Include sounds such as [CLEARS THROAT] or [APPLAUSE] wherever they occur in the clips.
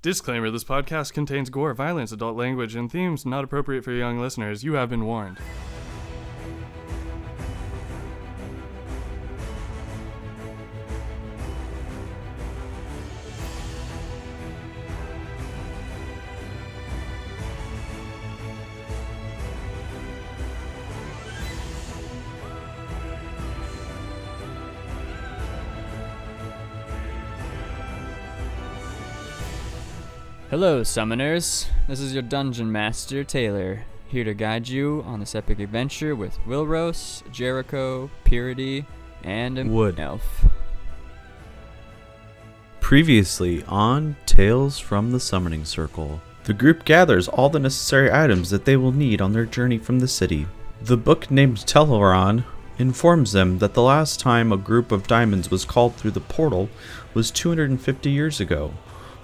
Disclaimer this podcast contains gore, violence, adult language, and themes not appropriate for young listeners. You have been warned. Hello, summoners. This is your dungeon master, Taylor, here to guide you on this epic adventure with Wilros, Jericho, Purity, and an Wood. elf. Previously on Tales from the Summoning Circle, the group gathers all the necessary items that they will need on their journey from the city. The book named Teleron informs them that the last time a group of diamonds was called through the portal was 250 years ago,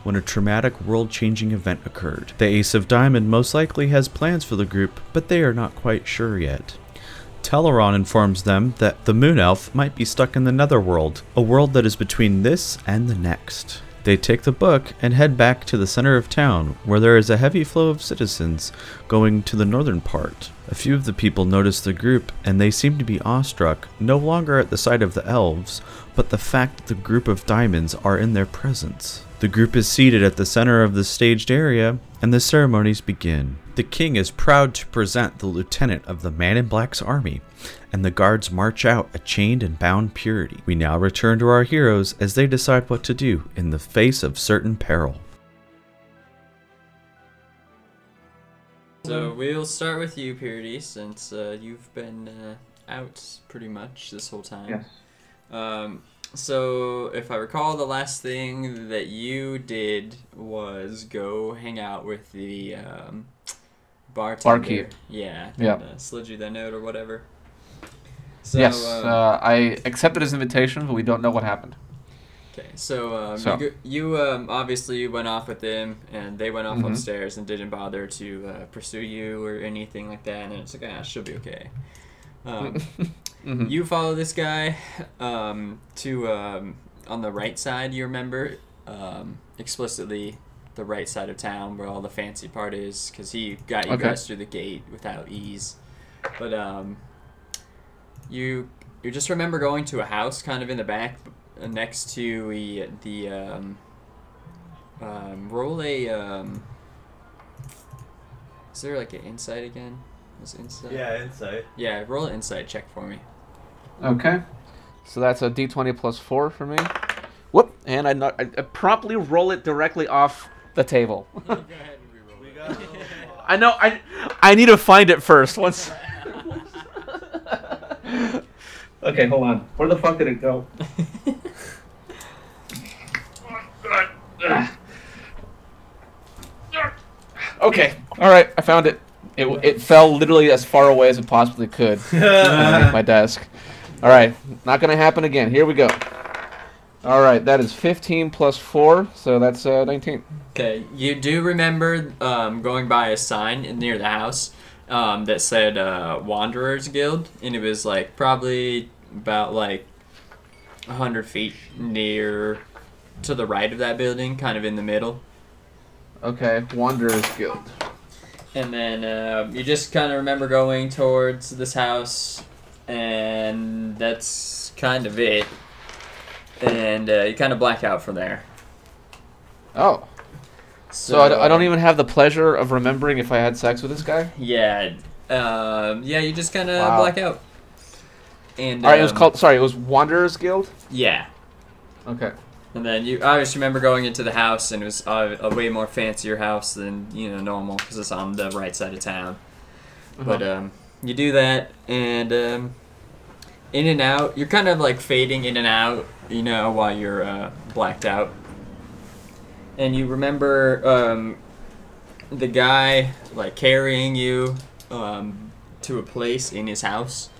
when a traumatic world changing event occurred. The Ace of Diamond most likely has plans for the group, but they are not quite sure yet. Teleron informs them that the Moon Elf might be stuck in the Netherworld, a world that is between this and the next. They take the book and head back to the center of town, where there is a heavy flow of citizens going to the northern part. A few of the people notice the group, and they seem to be awestruck, no longer at the sight of the elves, but the fact that the group of diamonds are in their presence. The group is seated at the center of the staged area, and the ceremonies begin. The king is proud to present the lieutenant of the Man in Black's army, and the guards march out a chained and bound purity. We now return to our heroes as they decide what to do in the face of certain peril. So we'll start with you, Purity, since uh, you've been uh, out pretty much this whole time. Yes. Um, so if I recall, the last thing that you did was go hang out with the um, bartender. Barkeep. Yeah. Yeah. and, Uh, slid you that note or whatever. So, yes, um, uh, I accepted his invitation, but we don't know what happened. Okay, so, um, So- you, go- you um, obviously went off with them, and they went off Mhm. upstairs and didn't bother to uh, pursue you or anything like that. And it's like, ah, she'll be okay. [LAUGHS] Um, Mhm. You follow this guy um, to um, on the right side. You remember um, explicitly the right side of town where all the fancy part is, because he got you Okay. guys through the gate without ease. But um, you you just remember going to a house kind of in the back uh, next to the the um, um, roll a um, is there like an insight again? Was it insight? Yeah, insight. Yeah. Roll an insight check for me. Okay. So that's a d20 plus 4 for me. Whoop! And I, not, I, I promptly roll it directly off the table. We got I know, I, I need to find it first. Once. okay, hold on. Where the fuck did it go? Okay, alright, I found it. It, it fell literally as far away as it possibly [LAUGHS] could. underneath my desk. All right, not gonna happen again. Here we go. All right, that is 15 plus four, so that's uh, 19. Okay, you do remember um, going by a sign in- near the house um, that said uh, Wanderers Guild, and it was like probably about like hundred feet near to the right of that building, kind of in the middle. Okay, Wanderers Guild. And then um you just kind of remember going towards this house, and that's kind of it. And uh, you kind of black out from there. Oh, so, I, d- I don't even have the pleasure of remembering if I had sex with this guy. Yeah. Um, yeah, you just kind of Wow. black out. And All right, it was um, called. Sorry, it was Wanderers Guild. Yeah. Okay. And then you, I just remember going into the house, and it was uh, a way more fancier house than you know normal because it's on the right side of town. But um, you do that, and um, in and out, you're kind of like fading in and out, you know, while you're uh, blacked out. And you remember um, the guy like carrying you um, to a place in his house,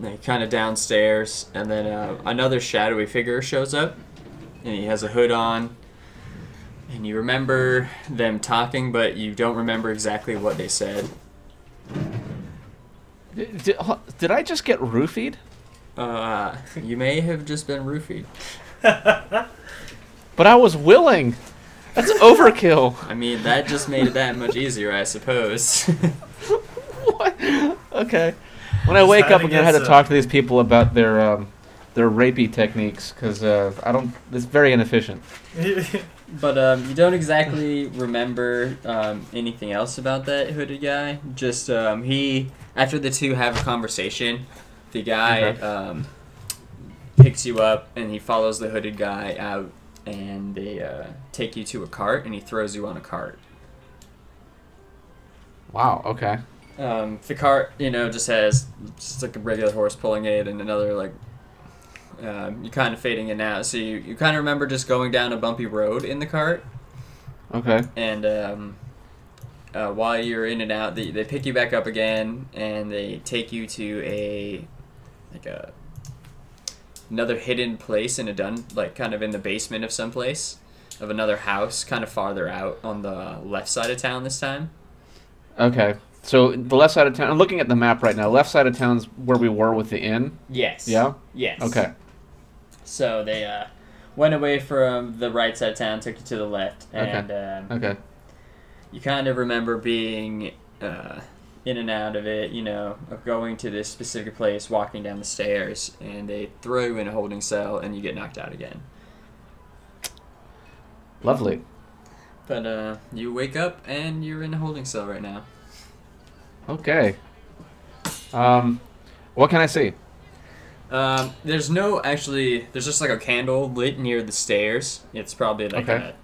like kind of downstairs, and then uh, another shadowy figure shows up, and he has a hood on. And you remember them talking, but you don't remember exactly what they said. Did, did, huh, did I just get roofied? Uh, you may have just been roofied. But I was willing. [LAUGHS] That's overkill. I mean, that just made it that much easier, I suppose. [LAUGHS] What? Okay. When I wake up, I'm gonna have to Deciding talk to these people about their um, their rapey techniques because uh, I don't. It's very inefficient. but um, you don't exactly remember um, anything else about that hooded guy. Just um, he, after the two have a conversation, the guy Okay. um, picks you up and he follows the hooded guy out, and they uh, take you to a cart and he throws you on a cart. Wow. Okay. Um, the cart, you know, just has just like a regular horse pulling it, and another like um, you're kind of fading in now. So you, you kind of remember just going down a bumpy road in the cart, Okay. and um, uh, while you're in and out, they, they pick you back up again, and they take you to a like a another hidden place in a dun like kind of in the basement of some place of another house, kind of farther out on the left side of town this time. Okay. So the left side of town. I'm looking at the map right now. Left side of town's where we were with the inn. Yes. Yeah? Yes. Okay. So they uh, went away from the right side of town, took you to the left, Okay. and um, Okay. you kind of remember being uh, in and out of it, you know, of going to this specific place, walking down the stairs, and they throw you in a holding cell, and you get knocked out again. Lovely. But uh, you wake up, and you're in a holding cell right now. Okay. Um, what can I see? Um, there's no actually. There's just like a candle lit near the stairs. It's probably like Okay. a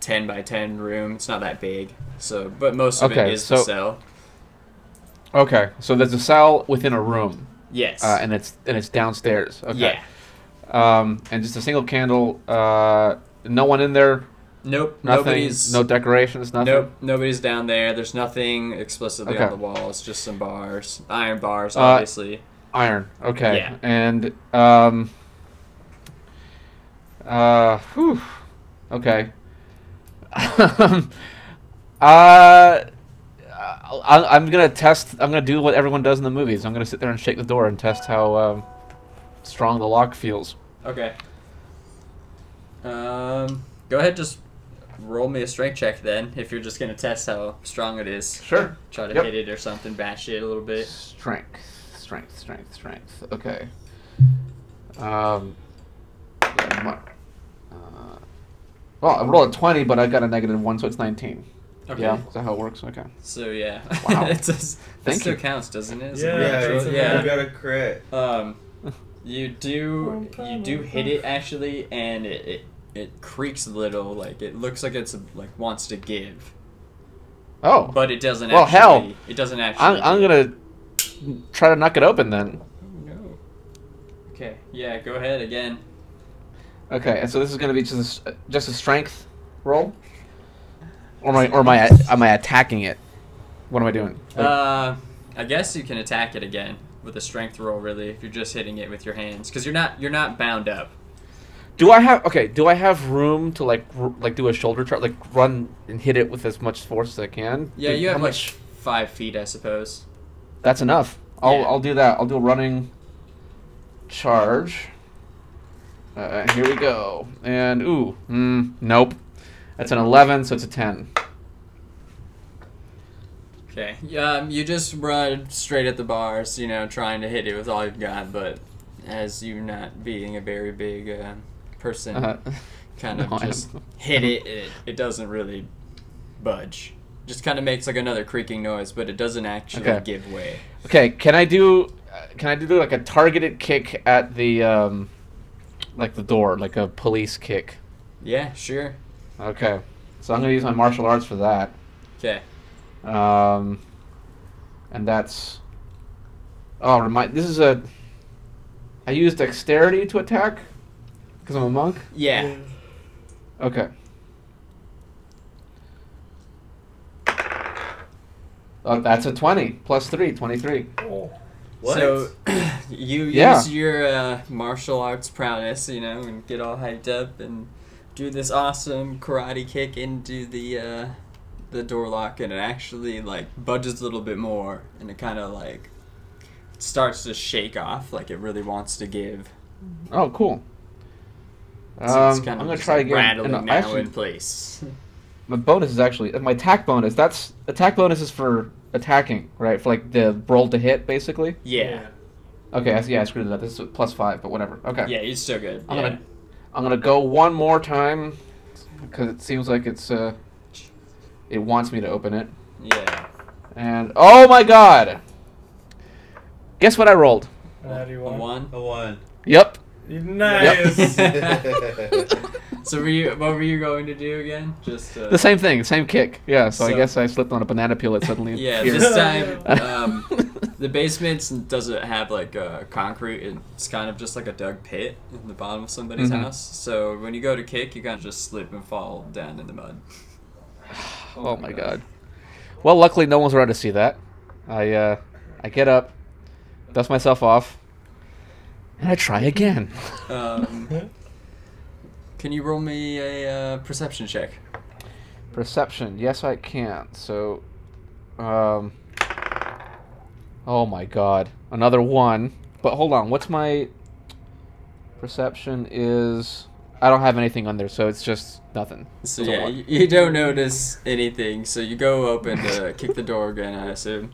ten by ten room. It's not that big. So, but most of Okay, it is so- the cell. Okay. So there's a cell within a room, Yes. uh, and it's and it's downstairs. Okay. Yeah. Um, and just a single candle. Uh, no one in there. Nope. Nothing. Nobody's. No decorations. Nothing. Nope. Nobody's down there. There's nothing explicitly Okay. on the walls. Just some bars, iron bars, Uh, obviously. Iron. Okay. Yeah. And um. Uh. Whew. Okay. [LAUGHS] uh. I, I'm gonna test. I'm gonna do what everyone does in the movies. I'm gonna sit there and shake the door and test how um, strong the lock feels. Okay. Um. Go ahead. Just roll me a strength check then. If you're just gonna test how strong it is. Sure. Try to Yep. hit it or something. Bash it a little bit. Strength, strength, strength, strength. Okay. Um. yeah, mu- uh, well, I rolled a twenty, but I got a negative one, so it's nineteen. Okay. Yeah, is that how it works? Okay. So yeah. [LAUGHS] Wow. it does, that Thank still you. counts, doesn't it? Is it Yeah, natural? it's a- yeah. you got a crit. Um, you do you do hit it actually, and it, it it creaks a little, like it looks like it's like wants to give, Oh, but it doesn't. Well, actually, hell. it doesn't I'm, actually. I'm gonna try to knock it open then. No. Okay. Yeah. Go ahead again. Okay, and so this is gonna be just a, s- just a strength roll, or my or my am I attacking it? What am I doing? Uh, I guess you can attack it again with a strength roll, really, if you're just hitting it with your hands, because you're not you're not bound up. Do I have okay? Do I have room to like r- like do a shoulder charge, like run and hit it with as much force as I can? Yeah, Do- you how have like five feet, I suppose. That's enough. I'll Yeah. I'll do that. I'll do a running charge. Uh, here we go. And ooh, mm, nope. That's an eleven, so it's a ten. Okay. Yeah, um, you just run straight at the bars, you know, trying to hit it with all you've got, but as you not being a very big uh, person, Uh, kind of no, I just don't- hit it, it, it doesn't really budge. Just kind of makes like another creaking noise, but it doesn't actually Okay. give way. okay, can I do? uh, Can I do like a targeted kick at the um, like the door, like a police kick? Yeah, sure. Okay, so I'm gonna use my martial arts for that. Okay. Um, and that's. Oh, remind. This is a. I use dexterity to attack, because I'm a monk. Yeah. Okay. Oh, that's a 20 plus 3, 23. What? So [CLEARS THROAT] you Yeah. use your uh, martial arts prowess, you know, and get all hyped up and do this awesome karate kick into the uh, the door lock, and it actually like budges a little bit more, and it kind of like starts to shake off, like it really wants to give. Oh, cool. So it's Um, kind of I'm gonna just, try like, again. Rattling And now I actually- in [LAUGHS] place. My bonus is actually uh, my attack bonus. That's attack bonus is for attacking, right? For like the roll to hit, basically. Yeah, Okay, I see. Yeah, I screwed it up. This is plus five, but whatever. Okay. yeah, you're still good. I'm yeah. gonna- I'm gonna go one more time because it seems like it's uh, it wants me to open it. yeah. And oh my god! Guess what I rolled? How do you A want? one. A [LAUGHS] one. Yep. Nice. [LAUGHS] So were you, what were you going to do again? Just uh, The same thing, the same kick. Yeah, so, I So- guess I slipped on a banana peel [LAUGHS] that suddenly Yeah, appeared. this time um, the basement doesn't have like uh, concrete. It's kind of just like a dug pit in the bottom of somebody's Mhm. house. So when you go to kick, you kind of just slip and fall down in the mud. oh my god. Well, luckily no one's around to see that. I uh, I get up, dust myself off, and I try again. [LAUGHS] Um, can you roll me a uh, perception check? Perception. Yes, I can. So, um, oh my god, another one. But hold on, what's my perception? Is I don't have anything on there, so it's just nothing. So It's a yeah, one. [LAUGHS] you, you don't notice anything. So you go open [LAUGHS] to kick the door again. I assume.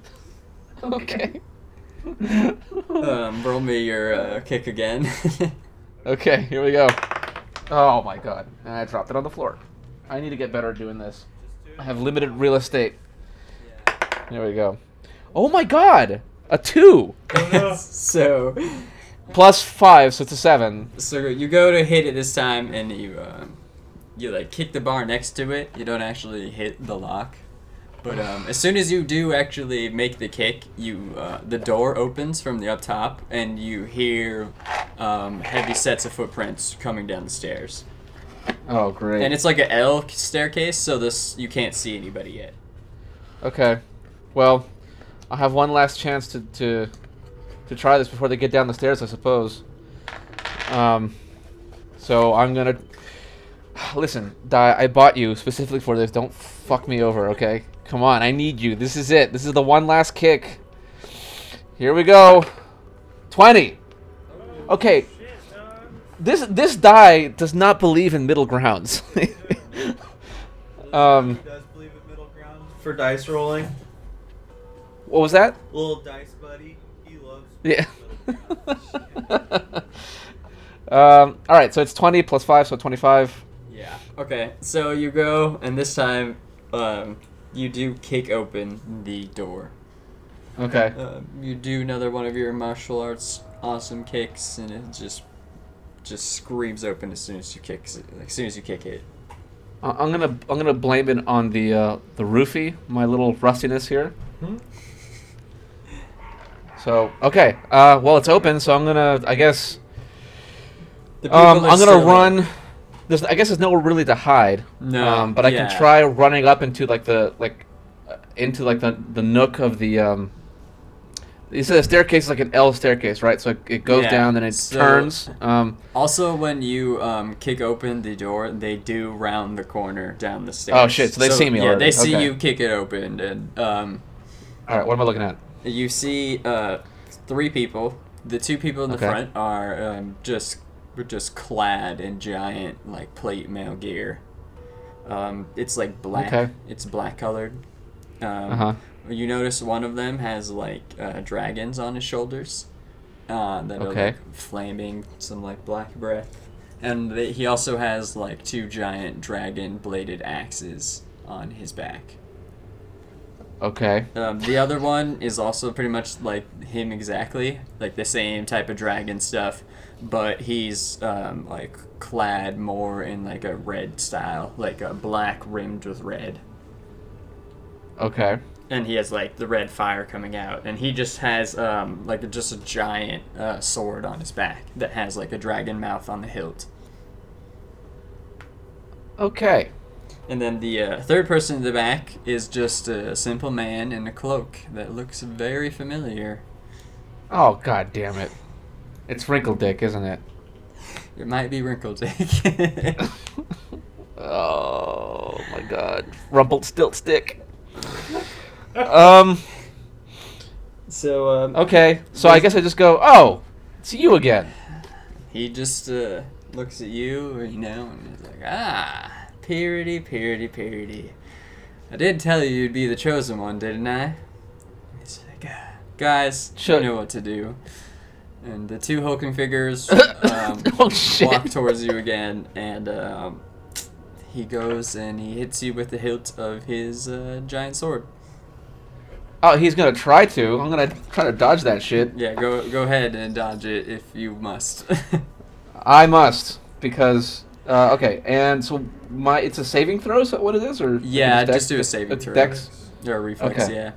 [LAUGHS] Okay. Um, roll me your uh, kick again. okay, here we go. Oh my god, and I dropped it on the floor. I need to get better at doing this. I have limited real estate. There we go. Oh my god, a two [LAUGHS] so plus five, so it's a seven. So you go to hit it this time, and you um, you like kick the bar next to it. You don't actually hit the lock, but um, as soon as you do actually make the kick, you uh, the door opens from the up top, and you hear um, heavy sets of footprints coming down the stairs. Oh great. And it's like an L staircase, so this you can't see anybody yet. Okay. Well, I have one last chance to to, to try this before they get down the stairs, I suppose. Um, so I'm gonna listen, Di. I bought you specifically for this. Don't fuck me over, okay? Come on, I need you. This is it. This is the one last kick. Here we go. Twenty. Okay. This this die does not believe in middle grounds. [LAUGHS] um, Does believe in middle ground for dice rolling? what was that? Little dice buddy. He loves. Yeah. [LAUGHS] um, all right, so it's 20 plus 5, so 25. Yeah. Okay. So you go, and this time um, you do kick open the door. Okay. Uh, you do another one of your martial arts awesome kicks, and it just just screams open as soon as you kick as soon as you kick it. I- I'm going to I'm going to blame it on the uh, the roofie, my little rustiness here. So, okay. Uh, well, it's open, so I'm going to I guess The um, people are I'm going still- to run there's I guess there's nowhere really to hide. No, Um, but I yeah. can try running up into like the like uh, into like the, the nook of the um you said the staircase is like an L staircase, right? So it, it goes Yeah, down and it so- turns. Um, Also, when you um, kick open the door, they do round the corner down the stairs. Oh, shit, so they see me Yeah, already, they see okay. you kick it open, and um, all right, what am I looking at? you see uh, three people. The two people in the Okay. front are um, just just clad in giant like plate mail gear. Um, it's like black. Okay. It's black colored. Um, Uh huh. You notice one of them has like uh, dragons on his shoulders. Uh, that Okay. are like, flaming some like black breath, and they, he also has like two giant dragon bladed axes on his back. Okay. Um, the other one is also pretty much like him exactly, like the same type of dragon stuff, but he's um, like clad more in like a red style, like a black rimmed with red, Okay. and he has like the red fire coming out, and he just has um, like just a giant uh, sword on his back that has like a dragon mouth on the hilt. Okay. And then the uh, third person in the back is just a simple man in a cloak that looks very familiar. Oh god damn it! It's wrinkle dick, isn't it? [LAUGHS] It might be wrinkled dick. [LAUGHS] Oh my god, rumpled stilt stick. um. So um, Okay. So I guess I just go. Oh, it's you again. he just uh, looks at you, you know, and he's like, ah, purity, purity, purity. I did tell you you'd be the chosen one, didn't I? He's like, "Ah, guys, Shut- you know what to do. And the two Hulking [LAUGHS] figures um, Oh, shit. walk towards you again, and um, he goes and he hits you with the hilt of his uh, giant sword. Oh, he's gonna try to. I'm gonna try to dodge that shit. Yeah, go go ahead and dodge it if you must. [LAUGHS] I must because uh, okay. And so my it's a saving throw. So what it is or yeah, it's dex- just do a saving it's throw. Dex. Or a reflex, Okay. yeah.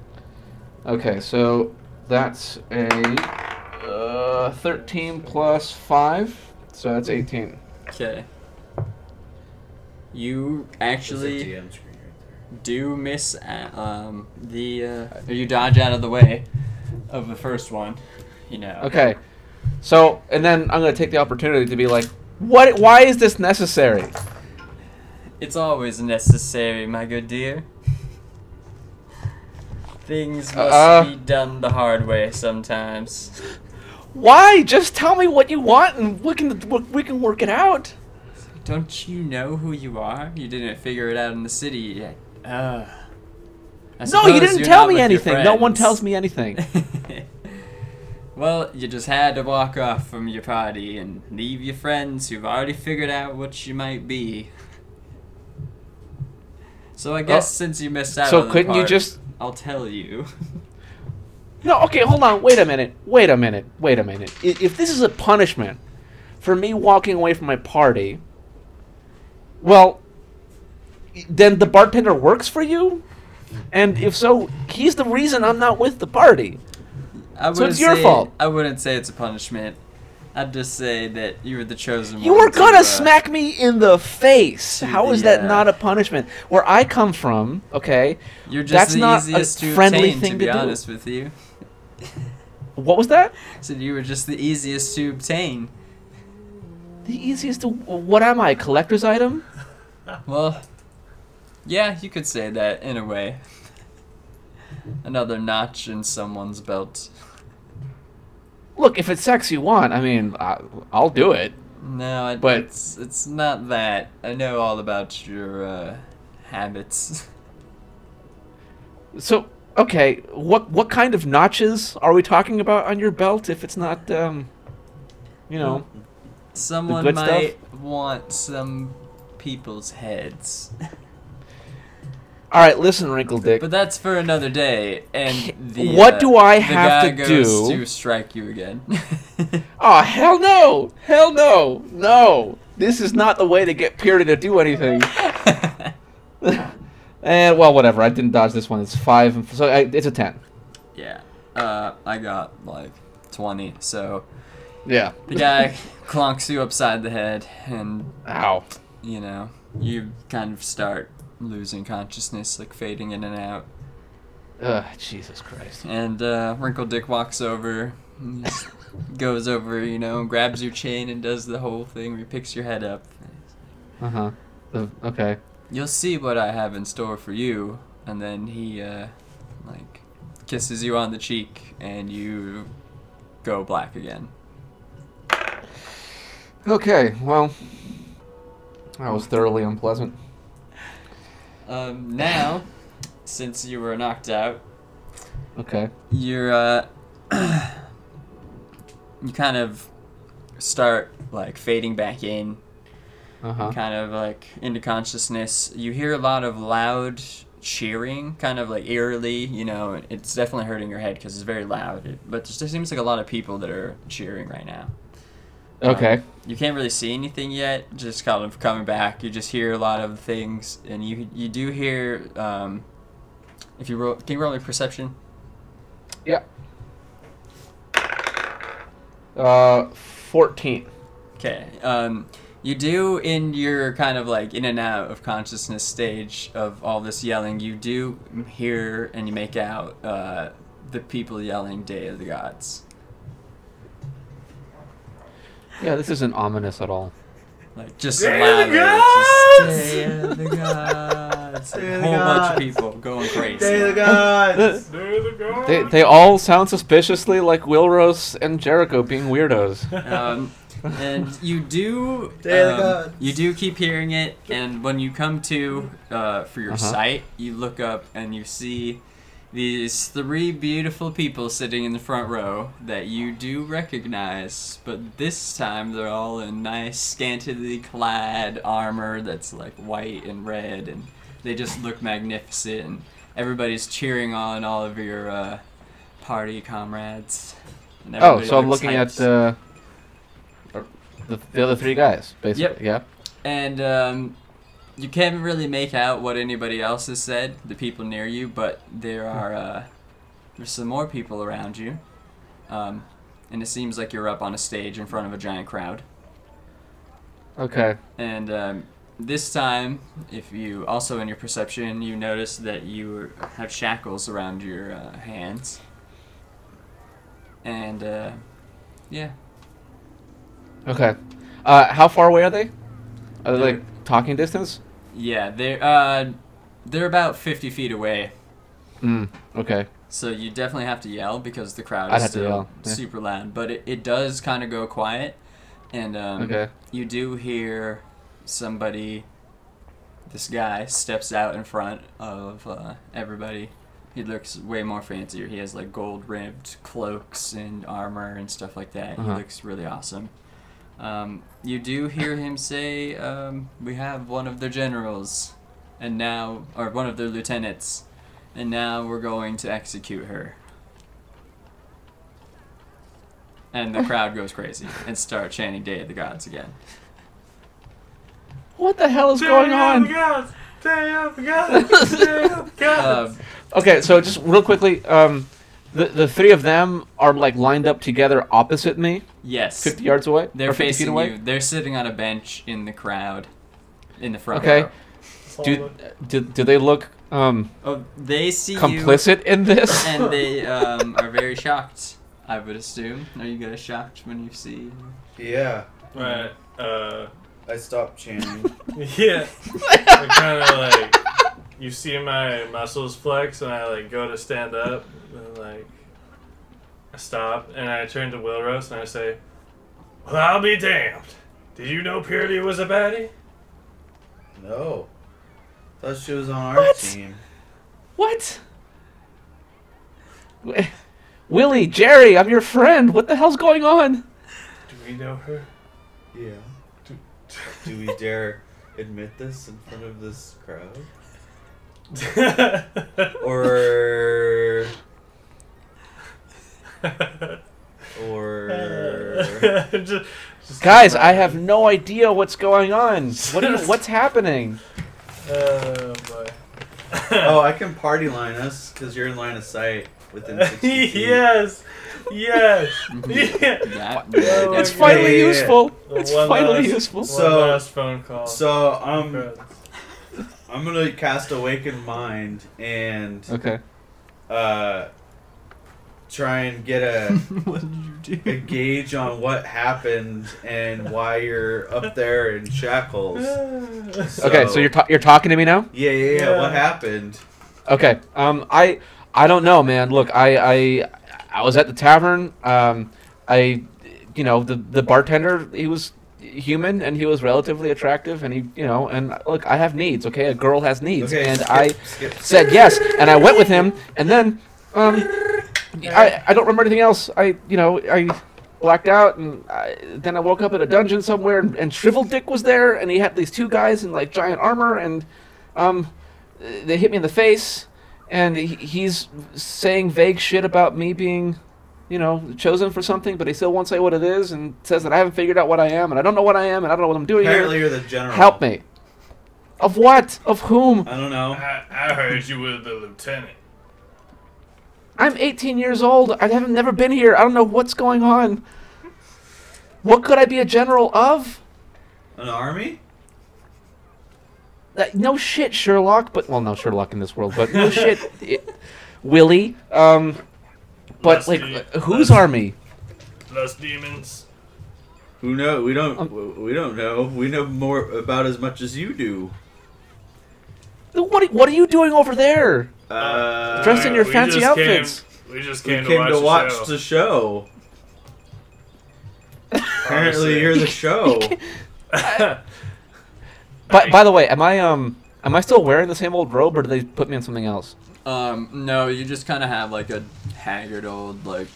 Okay, so that's a uh, 13 plus five, so that's 18. Okay. You actually DM screen right do miss uh, um, the. Uh, or you dodge out of the way of the first one. You know. Okay, so and then I'm gonna take the opportunity to be like, what? Why is this necessary? It's always necessary, my good dear. Things must Uh, be done the hard way sometimes. Why? Just tell me what you want, and we can we can work it out. Don't you know who you are? You didn't figure it out in the city yet. Uh, No, you didn't tell me anything. No one tells me anything. [LAUGHS] [LAUGHS] well, you just had to walk off from your party and leave your friends who've already figured out what you might be. So I guess since you missed out Oh. so on the couldn't you part, just- I'll tell you. [LAUGHS] No, okay, hold on. Wait a minute. Wait a minute. Wait a minute. I- If this is a punishment for me walking away from my party, well, y- then the bartender works for you? And if so, he's the reason I'm not with the party. I So it's wouldn't your say- fault. I wouldn't say it's a punishment. I'd just say that you were the chosen You one. were gonna to, uh, smack me in the face. How is that Yeah. not a punishment? Where I come from, okay, You're just That's the not a easiest to friendly obtain, thing to be to do. honest with you. what was that? So you were just the easiest to obtain. The easiest. To, what am I? A collector's item? Well, yeah, you could say that in a way. Another notch in someone's belt. Look, if it's sex you want, I mean, I, I'll do it. No, it, But- it's it's not that. I know all about your uh, habits. [LAUGHS] So okay, what what kind of notches are we talking about on your belt? If it's not, um, you know, Someone good stuff? might want some people's heads, all right. Listen, Wrinkle Dick. but that's for another day. And the What uh, do I the have guy to goes do- to strike you again? [LAUGHS] Oh hell no, hell no, no. This is not the way to get Purity to do anything. [LAUGHS] and well, whatever. I didn't dodge this one. It's five, and f- so I, it's a ten. yeah, uh, I got like twenty. So Yeah. the guy [LAUGHS] clonks you upside the head, and [LAUGHS] Ow. you know, you kind of start losing consciousness, like fading in and out. Ugh, Jesus [LAUGHS] Christ. And uh, Wrinkle Dick walks over, and he s- [LAUGHS] goes over, you know, grabs your chain and does the whole thing where he picks your head up. Uh huh. okay. You'll see what I have in store for you. And then he, uh, like, kisses you on the cheek, and you go black again. Okay. Well, that was thoroughly unpleasant. Um, now, [LAUGHS] since you were knocked out, Okay. you're uh [CLEARS THROAT] you kind of start like fading back in Uh huh. kind of like into consciousness you hear a lot of loud cheering kind of like eerily you know it's definitely hurting your head because it's very loud it, but there just seems like a lot of people that are cheering right now Okay. you can't really see anything yet just kind of coming back you just hear a lot of things and you you do hear um if you roll can you roll me perception Yeah. Uh, fourteen. Okay. Um, you do in your kind of like in and out of consciousness stage of all this yelling, you do hear and you make out uh, the people yelling "Day of the Gods." Yeah, this isn't ominous at all. Like just Day louder, of the just, Gods! Day of the Gods. Like, [LAUGHS] Day a of the whole bunch of Gods. people going crazy. Day of the gods. They, they all sound suspiciously like Wilros and Jericho being weirdos. um, and you do Day of the um, gods. you do keep hearing it and when you come to uh, for your Uh-huh. sight you look up and you see these three beautiful people sitting in the front row that you do recognize but this time they're all in nice scantily clad armor that's like white and red and they just look magnificent and everybody's cheering on all of your uh, party comrades and Oh, everybody so I'm looks looking hyped. at uh, the, the other three guys, basically. Yeah. And um, you can't really make out what anybody else has said, the people near you, but there are uh, there's some more people around you. Um, and it seems like you're up on a stage in front of a giant crowd. Okay. And um, this time, if you also in your perception, you notice that you have shackles around your uh, hands. And uh, yeah, Okay. Uh, how far away are they? Are they They're- like talking distance? yeah, they're uh, they're about 50 feet away Hmm. Okay. So you definitely have to yell because the crowd I'd is have to still yell, yeah. super loud. But it, it does kind of go quiet, and um, Okay. you do hear somebody. This guy steps out in front of uh, everybody. He looks way more fancier. He has like gold ribbed cloaks and armor and stuff like that. Uh-huh. He looks really awesome. Um, you do hear him say, um, "We have one of their generals, and now, or one of their lieutenants, and now we're going to execute her." And [LAUGHS] the crowd goes crazy and start chanting "Day of the Gods" again. What the hell is Day going of the on? gods. Day of the gods. Day of the Uh, gods. Okay, so just real quickly, um, the the three of them are like lined up together opposite me, yes, fifty yards away. they're or 50 feet facing away. you. They're sitting on a bench in the crowd, in the front Okay. row. Do, do do they look um Oh, they see you, complicit in this? and they um, are very shocked. I would assume. Are you guys shocked when you see? [LAUGHS] Yeah, Right. Uh. I stopped chanting. [LAUGHS] Yeah. I kind of like you see my muscles flex, and I like go to stand up, and like I stop, and I turn to Will Rose, and I say, "Well, I'll be damned. Did you know Purity was a baddie?" no, thought she was on our What? team. [LAUGHS] what? [LAUGHS] Wi- Willie, Jerry, I'm your friend. What the hell's going on? Do we know her? Yeah. Do, do we dare admit this in front of this [LAUGHS] crowd? [LAUGHS] Or [LAUGHS] or Just- just- Guys, I have no idea what's going on. What [LAUGHS] are you, what's happening? Oh boy. oh, I can party line us because you're in line of sight within [LAUGHS] sixty feet. [LAUGHS] yes, yes. yeah. That, Oh my It's finally Yeah, yeah, yeah. useful. [LAUGHS] It's One finally last- useful. So- One last phone call. So [LAUGHS] um, I'm gonna cast Awaken Mind and Okay. uh, try and get a, [LAUGHS] what did you a do? gauge on what happened and why you're up there in shackles. [LAUGHS] Okay, so you're ta- you're talking to me now? yeah, yeah, yeah, What Yeah. happened? Okay. Um, I I don't know, man. Look, I I I was at the tavern. Um, I you know the the bartender he was human and he was relatively attractive and he you know and look I have needs. Okay, a girl has needs, Okay, and skip, I skip. said yes, and I went with him, and then um, I I don't remember anything else. I you know I blacked out, and I, then I woke up in a dungeon somewhere, and, and Shriveled Dick was there, and he had these two guys in like giant armor, and um, they hit me in the face, and he, he's saying vague shit about me being. You know, chosen for something, but he still won't say what it is, and says that I haven't figured out what I am, and I don't know what I am, and I don't know what I'm doing Apparently, here. you're the general. Help me. Of what? Of whom? I don't know. I, I heard you were the lieutenant. I'm 18 years old. I haven't never been here. I don't know what's going on. What could I be a general of? An army? Uh, no shit, Sherlock. But well, no Sherlock in this world. But [LAUGHS] no shit, it, Willie. Um, but Rusty. like, uh, whose army? Less demons. Who know? We don't. Um, we don't know. We know more about as much as you do. What are- What are you doing over there? Uh, Dress Dressed in your we fancy just came- outfits. we just we came, came to watch the show. the show. Apparently, [LAUGHS] you're the show. By, by the way, am I um am I still wearing the same old robe, or do they put me in something else? Um, no, you just kind of have like a haggard old, like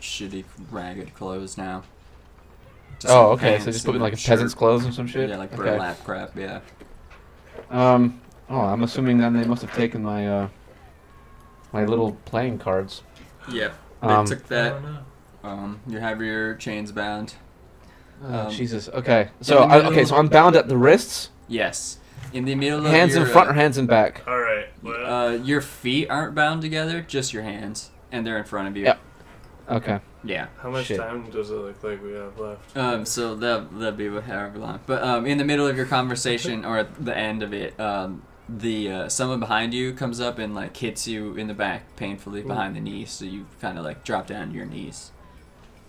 shitty, ragged clothes now. Just oh, some okay. pants So just put me in and like a shirt. peasant's clothes or some shit. Yeah, like okay. burlap crap. Yeah. Um. Oh, I'm assuming then they must have taken my uh my little playing cards. Yep. They Um, took that. Um, you have your chains bound. Oh, Um, Jesus. Okay. So in the I, okay. middle- So I'm bound at the wrists, Yes. In the middle of hands your, in front, or hands in back. All right. Well, Uh, your feet aren't bound together, just your hands, and they're in front of you. Yep. Okay. Yeah. how much shit. time does it look like we have left? Um, so that that'd be however long. But um, in the middle of your conversation or at the end of it, um, the uh, someone behind you comes up and like hits you in the back Mm. painfully behind the knee, so you kind of like drop down to your knees.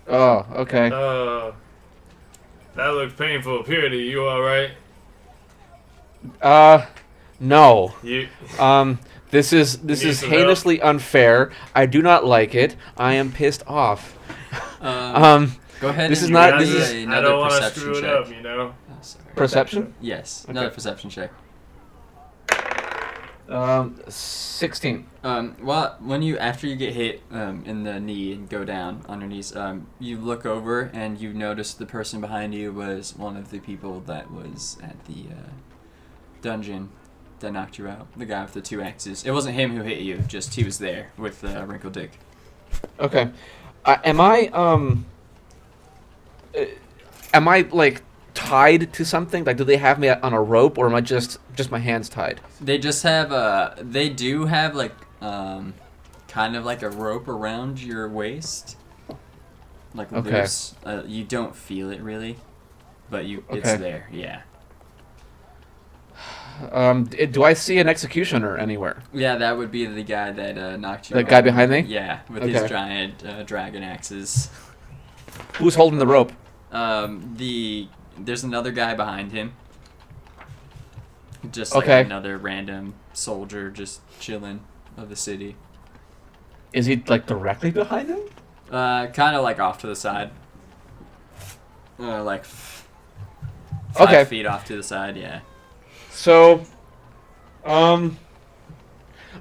Oh, okay. Uh, that looked painful. Purity, you all right? Uh, no. You Um, this is this Need is some help? heinously unfair. I do not like it. I am pissed off. Um, Um, go ahead. this and is not- roll this me is- I another don't want to perception screw it check. up, you know. Oh, sorry. perception. Yes, Okay. another perception check. Um, sixteen. Um, well, when you after you get hit um, in the knee and go down on your knees, um, you look over and you notice the person behind you was one of the people that was at the uh, dungeon that knocked you out. The guy with the two axes. It wasn't him who hit you. Just he was there with uh, wrinkled dick. Okay. Uh, am I um? uh, Am I like tied to something? Like, do they have me on a rope, or am I just just my hands tied? They just have uh They do have like um, kind of like a rope around your waist. Like Okay. loose. Uh, you don't feel it really, but you it's Okay. there. Yeah. Um, d- do I see an executioner anywhere? Yeah, that would be the guy that uh, knocked you. The out. guy behind me Yeah, with Okay. his giant uh, dragon axes. who's holding the rope. Um, the there's another guy behind him. Just like Okay. another random soldier just chilling of the city. Is he like directly behind him? Uh, kind of like off to the side. Uh, like f- five Okay. feet off to the side. Yeah. So, um,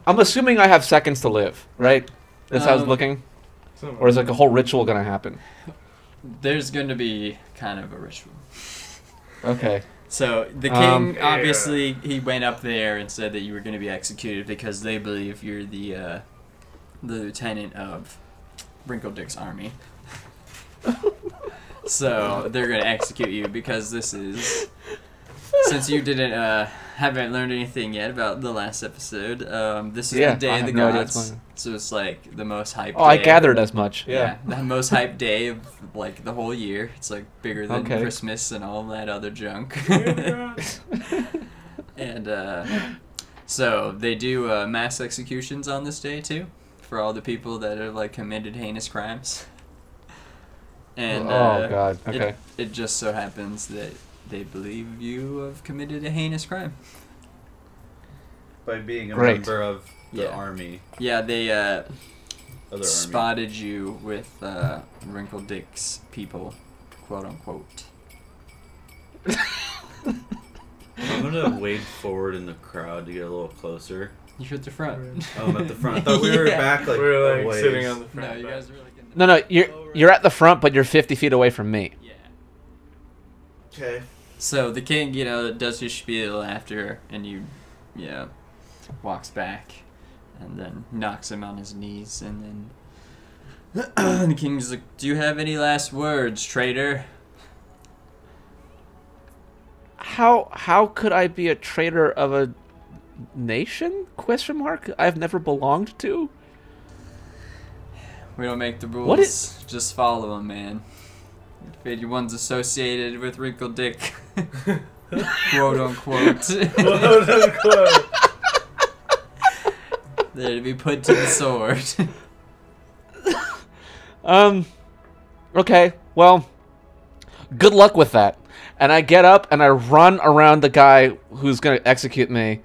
I'm assuming I have seconds to live, right? That's how I was Um, looking. Or is like a whole ritual gonna happen? There's going to be kind of a ritual. Okay. So the king Um, obviously he went up there and said that you were going to be executed because they believe you're the uh, the lieutenant of Wrinkle Dick's [LAUGHS] army. so they're going to execute you because this is since you didn't uh, haven't learned anything yet about the last episode. Um, this is Yeah, the day I of have the no idea what's gods, going on. so it's like the most hype. Oh, I day. gathered as much. [LAUGHS] Yeah. the most hyped day of like the whole year. It's like bigger than Okay. Christmas and all that other junk. [LAUGHS] and uh, so they do uh, mass executions on this day too, for all the people that have like committed heinous crimes. And oh uh, God. it- Okay. It, just so happens that they believe you have committed a heinous crime. By being a Great. member of the Yeah. army. Yeah, they uh, Other army. spotted you with uh, Wrinkled Dick's people, quote unquote. I'm gonna wade forward in the crowd to get a little closer. You're at the front. Oh, I'm at the front. I thought we [LAUGHS] were Yeah. back like, we were like a ways. sitting on the front. No, you back. guys are really getting. No, no, you're you're at the front, but you're 50 feet away from me. Yeah. [LAUGHS] Okay. So the king, you know, does his spiel after, and you, you know, walks back, and then knocks him on his knees, and then [CLEARS THROAT] the king's like, "Do you have any last words, traitor?" How how could I be a traitor of a nation? Question mark. I've never belonged to. We don't make the rules. What Just follow him, man. If anyone's associated with Wrinkled [LAUGHS] Dick, quote unquote, Quote unquote. [LAUGHS] they're to be put to the sword. Um. Okay. Well. Good luck with that. And I get up and I run around the guy who's gonna execute me,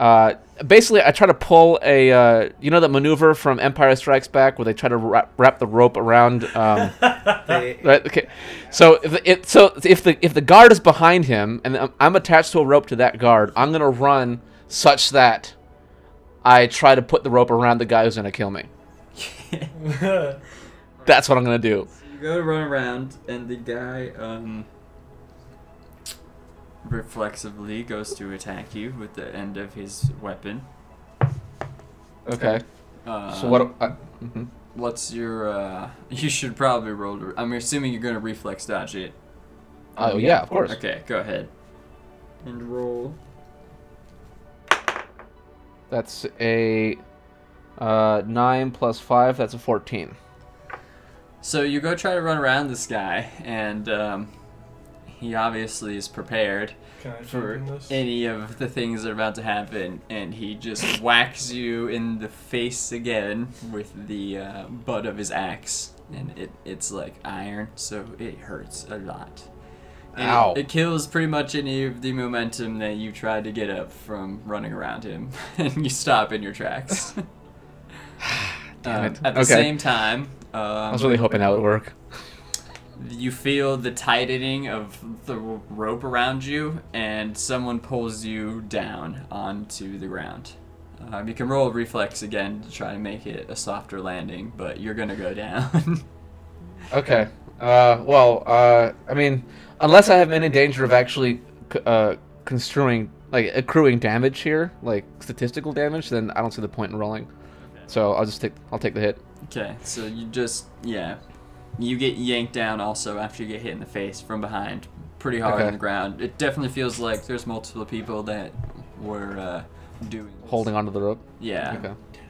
uh, basically I try to pull a uh, you know that maneuver from Empire Strikes Back where they try to wrap, wrap the rope around. Um, right. Okay. So if the- it so if the if the guard is behind him and I'm- I'm attached to a rope to that guard, I'm gonna run such that I try to put the rope around the guy who's gonna kill me. That's what I'm gonna do. You go to run around, and the guy um, reflexively goes to attack you with the end of his weapon. Okay. Uh, So what? I, mhm. What's your? Uh, [LAUGHS] you should probably roll. To, I'm assuming you're gonna reflex dodge it. Oh yeah, of course. Okay, go ahead. And roll. That's a uh, nine plus five. That's a fourteen. So you go try to run around this guy, and um, he obviously is prepared Can I for join this? any of the things that are about to happen, and he just whacks you in the face again with the uh, butt of his axe, and it, it's like iron, so it hurts a lot. And it- Ow. It, kills pretty much any of the momentum that you tried to get up from running around him, [LAUGHS] and you stop in your tracks. [SIGHS] Damn Um, it. At the Okay. same time, um, I was really hoping that would work. you feel the tightening of the r- rope around you, and someone pulls you down onto the ground. Um, you can roll a reflex again to try to make it a softer landing, but you're gonna go [LAUGHS] down. Okay. Uh, well, uh, I mean, unless I have any danger of actually c- uh, construing, like accruing damage here, like statistical damage, then I don't see the point in rolling. So I'll just take I'll take the hit. okay, so you just yeah, you get yanked down also after you get hit in the face from behind, pretty hard Okay. on the ground. It definitely feels like there's multiple people that were uh, doing this. Holding onto the rope. Yeah. Okay.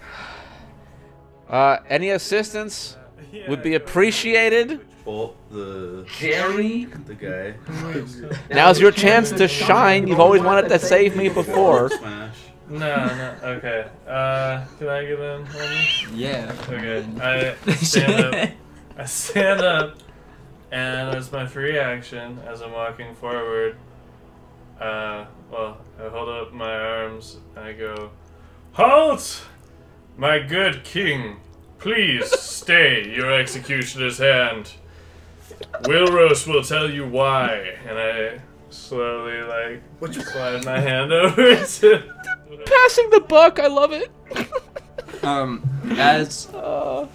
[SIGHS] Uh, any assistance Yeah, would be go appreciated. Bolt the Jerry, the guy. ahead. now's your chance to shine. You've always wanted to save me [LAUGHS] before. Smash. No, no. Okay. Uh, can I get in? on this? Yeah. Okay. [LAUGHS] I stand up. I stand up, and as my free action, as I'm [LAUGHS] walking forward, uh, well, I hold up my arms and I go, Halt! My good king, please stay your executioner's hand. Wilros will tell you why. And I slowly, like, slide my hand [LAUGHS] over to. Passing the buck, I love it. Um, as Uh,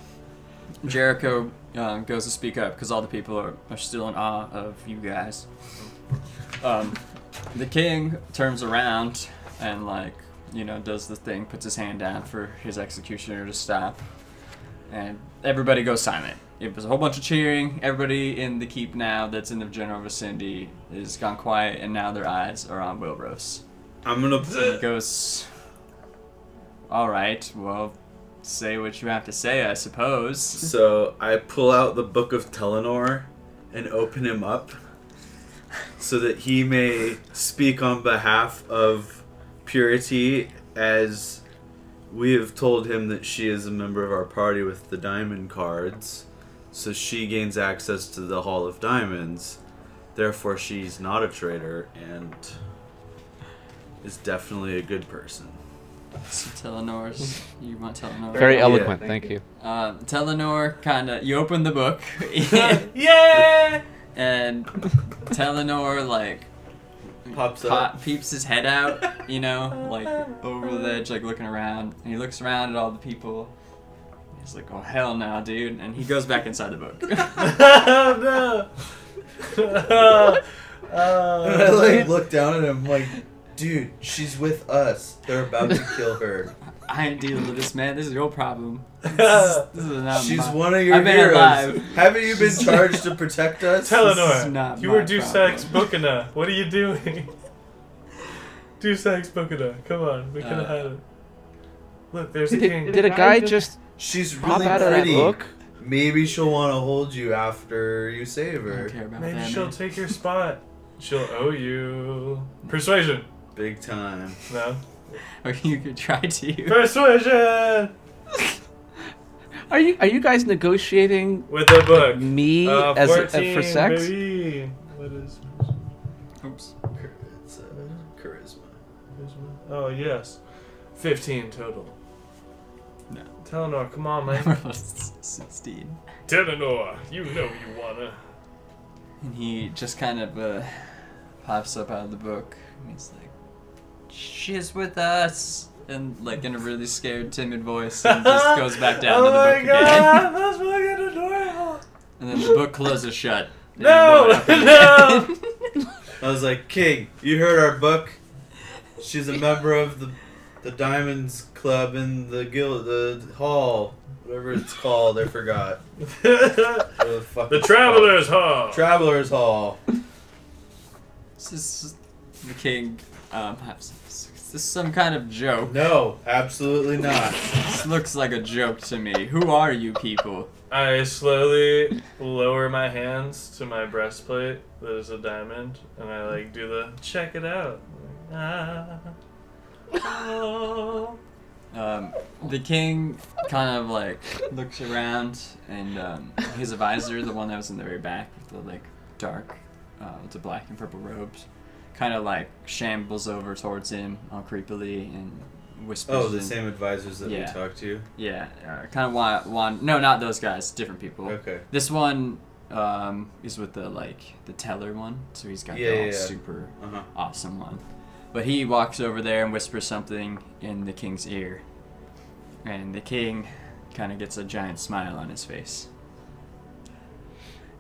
Jericho um, goes to speak up because all the people are, are still in awe of you guys. Um, the king turns around and, like, you know, does the thing, puts his hand down for his executioner to stop. And everybody goes silent. It was a whole bunch of cheering. Everybody in the keep now that's in the general vicinity is gone quiet, and now their eyes are on Wilrose. I'm gonna. He goes, All right, well, say what you have to say, I suppose. [LAUGHS] So I pull out the Book of Telenor and open him up so that he may speak on behalf of Purity as we have told him that she is a member of our party with the diamond cards. So she gains access to the Hall of Diamonds. Therefore, she's not a traitor and is definitely a good person. So Telenor's. You want Telenor? very Yeah, eloquent, thank thank you. Um, Telenor kind of. You open the [LAUGHS] book, yeah! [LAUGHS] and Telenor like Pops up. pop, peeps his head out, you know, like over the edge, like looking around, and he looks around at all the people. He's like, "Oh hell no, dude!" And he goes back inside the [LAUGHS] book. no! [LAUGHS] Uh, I like look down at him like, dude, she's with us. They're about to kill her. I ain't dealing with this, man. This is your [LAUGHS] problem. This is not She's Um, my- one of your I've been heroes. alive. Haven't you [LAUGHS] been charged to protect us? This is Telenor, not you my were Dusak's problem. Bukina. What are you doing? [LAUGHS] Dusak's Bukina. Come on, we can Uh, hide it. Look, there's a king. Did, did a guy just She's pop really out of that pretty. book? Maybe she'll want to hold you after you save I don't her. care about Maybe that, she'll man. take your spot. She'll owe you persuasion. Big time. No, Or you could try to. persuasion Are you are you guys negotiating with the book. me Uh, as a, 14, for sex? baby. What is? Oops. It's uh, charisma. charisma? Oh, yes. 15 total. No. Telenor, come on, man. Number was 16. Telenor, you know you wanna. And he just kind of uh, pops up out of the book and he's like, She's with us! And like in a really scared, timid voice, and [LAUGHS] just goes back down oh to the my book god, again. that's fucking adorable. And then the book closes shut. And No, he [LAUGHS] went no. up again. I was like, King, you heard our book. She's a member of the the Diamonds Club in the guild, the hall, whatever it's called. I forgot. What the, fuck the it's called. Traveler's Hall. Travelers Hall. This is the king. Um, has- is this some kind of joke? No, absolutely not. This looks like a joke to me. Who are you people? I slowly lower my hands to my breastplate that is a diamond, and I like do the check it out. [LAUGHS] Ah. Oh. Um, the king kind of like looks around, and um, his advisor, the one that was in the very back with the like dark, uh, with the black and purple robes, kind of like shambles over towards him all creepily and whispers. Oh, the in- same advisors that Yeah. we talked to. Yeah, uh, kind of one, one. No, not those guys. Different people. Okay. This one um, is with the like the teller one, so he's got Yeah, the yeah, all yeah. super Uh huh. awesome one. But he walks over there and whispers something in the king's ear, and the king kind of gets a giant smile on his face,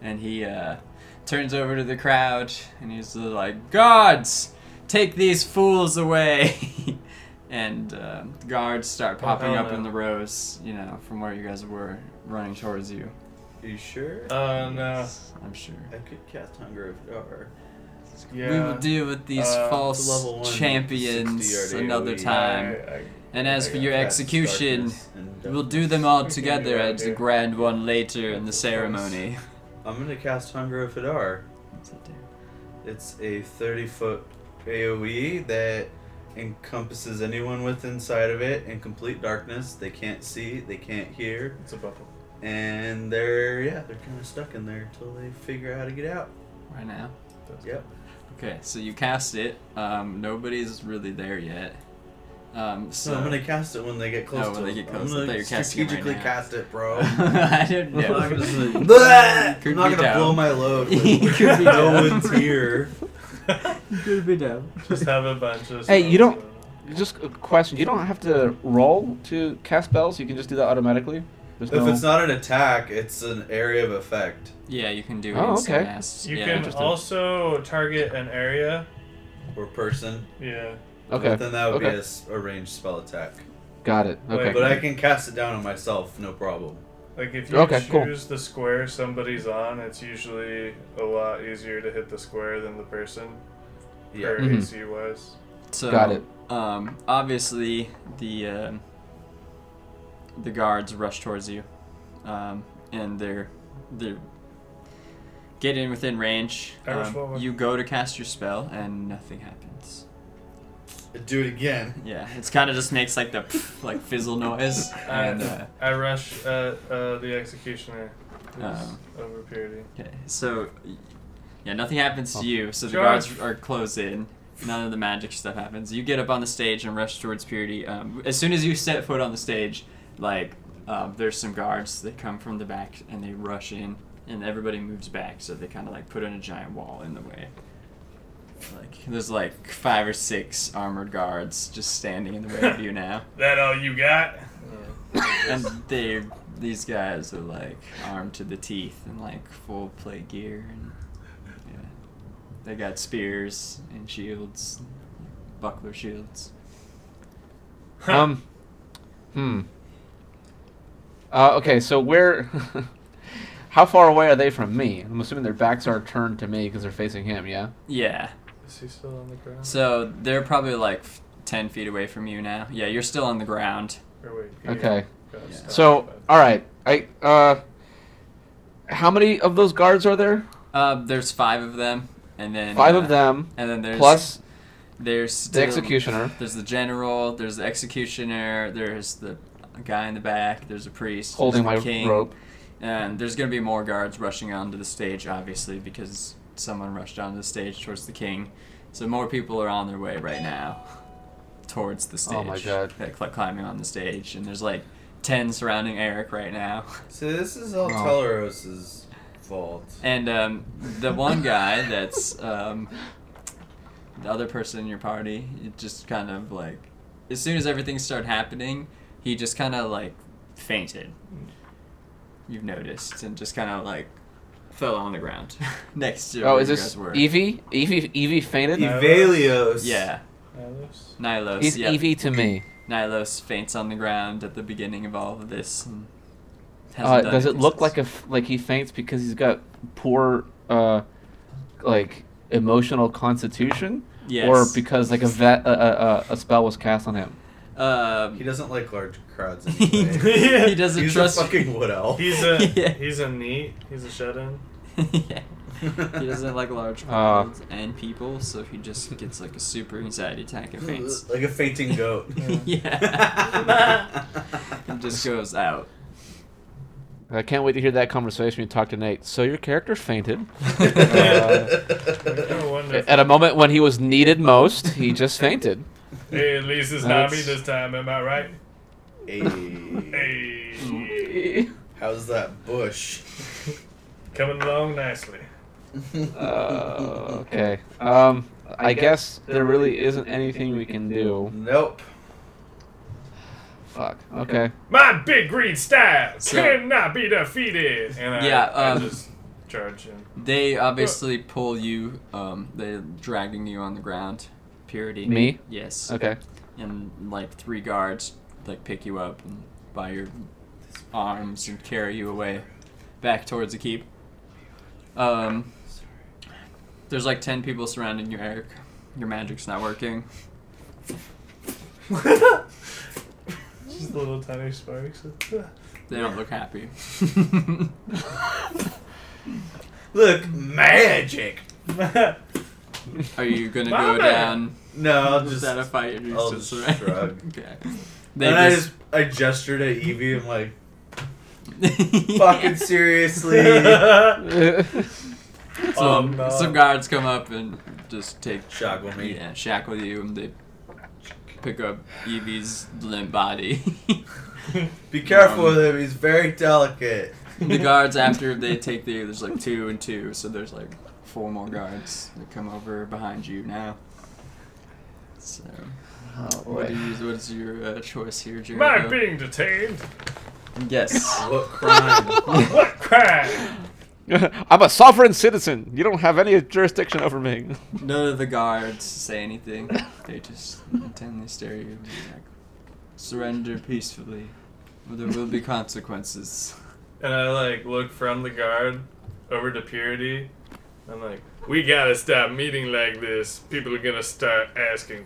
and he uh, turns over to the crowd and he's like, "Guards, take these fools away!" [LAUGHS] and uh, the guards start Oh, popping hell up no. in the rows, you know, from where you guys were running towards you. You sure? Um, Oh uh, no. I'm sure. I could cast hunger if are. Yeah. We will deal with these Uh, false level one, 60 champions yard another AoE. time. And as for your execution, we'll do them all together Yeah, at the yeah. grand one later in the ceremony. I'm gonna cast hunger if It's a 30 foot AoE E that encompasses anyone with inside of it in complete darkness. They can't see, they can't hear, It's a bubble. and they're yeah, they're kind of stuck in there until they figure out how to get out. Right now. Yep. Okay, so you cast it. Um, nobody's really there yet. Um, So so I'm [LAUGHS] gonna cast it when they get close Oh, to when they it. get close. I I'm thought you gonna were casting it right strategically now. cast it, bro. I'm [LAUGHS] I don't [LAUGHS] know. [LAUGHS] not gonna, say, Could [LAUGHS] "Bleh!" I'm be not gonna down. blow [LAUGHS] my load. You With could be no down. one's [LAUGHS] here. Could be down. Just have a bunch of. Hey, you stuff. don't- Just a question. You don't have to roll to cast spells. You can just do that automatically. There's If no- it's not an attack, it's an area of effect. Yeah, you can do Oh, instant okay. mass. You yeah. can interesting. also target an area. or person. Yeah. Okay. Then that would be Okay. a s- a, ranged spell attack. Got it. Wait, Okay. But I can cast it down on myself, no problem. Like if you Okay, cool. choose the square somebody's on, it's usually a lot easier to hit the square than the person. Yeah. Or Mhm. AC wise. So, Got it. Um, obviously, the um the guards rush towards you, um, and they're they're getting within range. I rush Um, forward. you go to cast your spell, and nothing happens. Do it again. [LAUGHS] Yeah, it's kind of just makes like the [LAUGHS] pff, like fizzle noise, and uh, I rush at uh, the executioner. who's Um. over purity. okay, so yeah, nothing happens to you. So the Charge. guards are closed in. None of the magic stuff happens. You get up on the stage and rush towards Purity. Um, as soon as you set foot on the stage, like um, there's some guards that come from the back and they rush in, and everybody moves back. So they kind of like put in a giant wall in the way. Like there's like five or six armored guards just standing in the way of you now. That all you got? and they these guys are like armed to the teeth and like full plate gear and yeah. they got spears and shields buckler shields um. Hmm. Uh, okay, so where? [LAUGHS] how far away are they from me? I'm assuming their backs are turned to me because they're facing him. Yeah. yeah Is he still on the ground? so they're probably like 10 feet away from you now yeah you're still on the ground Or wait, he Okay. got Yeah. stopped So, by- all right. I uh. How many of those guards are there? uh, there's five of them and then Five uh, of them and then there's plus there's the still- executioner. there's the general there's the executioner there's the guy in the back there's a priest holding my there's the king, rope. And there's going to be more guards rushing onto the stage, obviously, because someone rushed onto the stage towards the king. So more people are on their way right now. towards the stage. Oh my God. Like, cl- climbing on the stage, and there's like ten surrounding Eric right now. [LAUGHS] So this is all Oh. Telleros's fault. And um, the one guy that's um, the other person in your party, it just kind of like, as soon as everything started happening, he just kind of like fainted. You've noticed, and just kind of like fell on the ground [LAUGHS] next to. Oh, where is you this guys were. Evie? Evie? Evie fainted. Yeah. Evalios. Yeah, Alice? Nylos. He's yep. Evie to me. Nylos faints on the ground at the beginning of all of this. And Uh, hasn't done does it anything look since. like a f- like he faints because he's got poor, uh, like emotional constitution, Yes. or because like a vet, a, a, a- a spell was cast on him? He Um, doesn't like large [LAUGHS] crowds anyway. he doesn't He's trust. a fucking wood elf. He's [LAUGHS] a Yeah. he's a neat. He's a shut in. [LAUGHS] yeah. He doesn't like large crowds and people, so he just gets like a super anxiety attack and [LAUGHS] faints. [LAUGHS] like a [LAUGHS] fainting goat. [LAUGHS] yeah. and just goes out. I can't wait to hear that conversation when you talk to Nate. So your character fainted No wonder. at a moment when he was needed most. He just fainted. hey, at least it's not me That's- this time. Am I right? hey, Hey, how's that bush? coming along nicely. [LAUGHS] Uh, okay. Um, I guess there really isn't anything we can do. Nope. Fuck. Okay. My big green style So- cannot be defeated. And I, Yeah, I um, just charge [LAUGHS] him. They obviously pull you. Um, they're dragging you on the ground. Purity. Me? Yes. [LAUGHS] Okay. And like three guards, like pick you up and by your arms and carry you away, back towards the keep. Um, there's like ten people surrounding you, Eric. Your magic's not working. Just little tiny sparks. [LAUGHS] They don't look [LAUGHS] happy. Look, magic. Are you gonna go Mama! down? No, I'll Is just. that a fight? You're I'll just just right? shrug. [LAUGHS] Okay. and I just I gestured at Evie. [LAUGHS] I'm like, fucking seriously. [LAUGHS] some, no. some guards come up and just take Shackle me. yeah shackle you and they pick up Evie's limp body. [LAUGHS] Be careful Um, with him. He's very delicate. the guards after they take the there's like two and two so there's like four more guards that come over behind you now. So Oh what do you, what's your uh, choice here, My Jericho? being detained. Yes. What [LAUGHS] crime? What crime? [LAUGHS] I'm a sovereign citizen. You don't have any jurisdiction over me. None of the guards say anything. They just intently stare at you. and be like, Surrender peacefully, or there will be consequences. And I like look from the guard over to Purity. I'm like, we gotta stop meeting like this. People are gonna start asking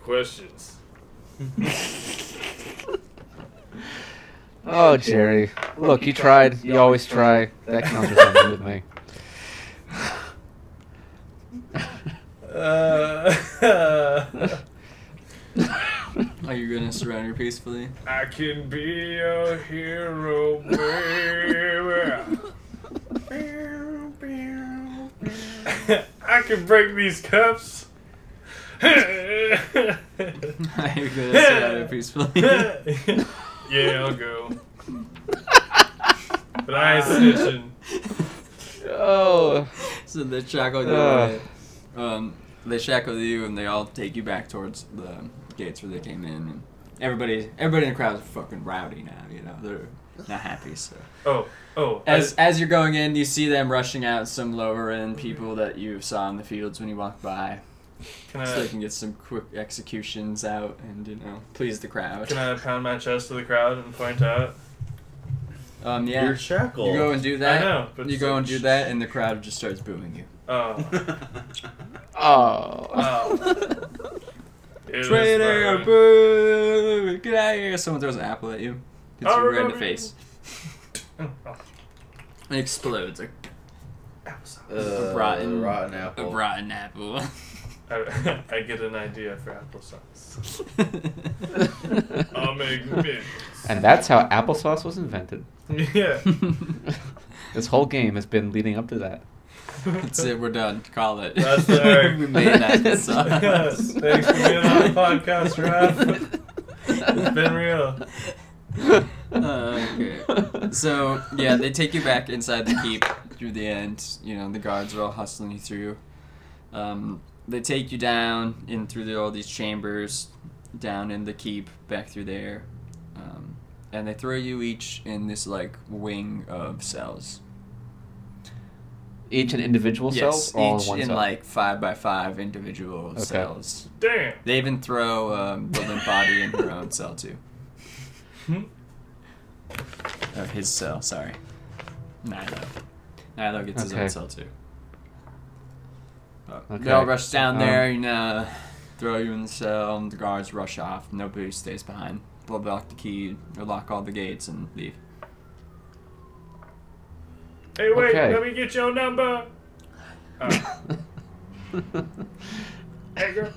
[LAUGHS] questions. [LAUGHS] Oh, Jerry. Look, you tried. You always try. That counts for something with me. [LAUGHS] Uh, Are you gonna surrender peacefully? [LAUGHS] I can be a hero, baby. [LAUGHS] I can break these cups. [LAUGHS] Are you gonna surrender peacefully? [LAUGHS] yeah, I'll go. But I ain't snitching. [LAUGHS] Oh. so they shackle you. Uh. away. Um, they shackle you, and they all take you back towards the gates where they came in. And everybody, everybody in the crowd's fucking rowdy now. You know they're not happy. So. Oh, oh. I- As as you're going in, you see them rushing out some lower end people that you saw in the fields when you walked by, can so they I can get some quick executions out and you know please the crowd. can I pound my chest to the crowd and point out? Um, yeah, You're you go [LAUGHS] shackled. and do that. I know, but You it's go like- and do that, and the crowd just starts booing you. Oh, Uh, Oh. oh. [LAUGHS] It was Traitor, fun. boo! Get out of here! Someone throws an apple at you, hits Oh, you right in the remember- face, Oh, and explodes like Uh, rotten- rotten a apple. rotten [LAUGHS] apple. I, [LAUGHS] I get an idea for applesauce. I'll [LAUGHS] make And that's how applesauce was invented. mint. [LAUGHS] Yeah. [LAUGHS] This whole game has been leading up to that. [LAUGHS] That's it. We're done. Call it. [LAUGHS] That's our- we made [LAUGHS] that. It's us. Thanks for being on the podcast, Raph. It's been real. [LAUGHS] okay. So yeah, they take you back inside the keep through the end. You know, the guards are all hustling you through. Um, they take you down in through the, all these chambers, down in the keep, back through there, um, and they throw you each in this like wing of cells. Each an individual yes, cell, or all each in one in cell. like five by five individual cells. Damn. They even throw um, the limp body in her own cell too. Hmm? Or his cell, sorry. Nilo. Nilo gets his Okay. own cell too. But Okay. They all rush down Um, there, you know, throw you in the cell, and the guards rush off. Nobody stays behind. They'll lock the key, or lock all the gates, and leave. Hey, wait. Okay. Let me get your number. [LAUGHS] Oh. hey, girl.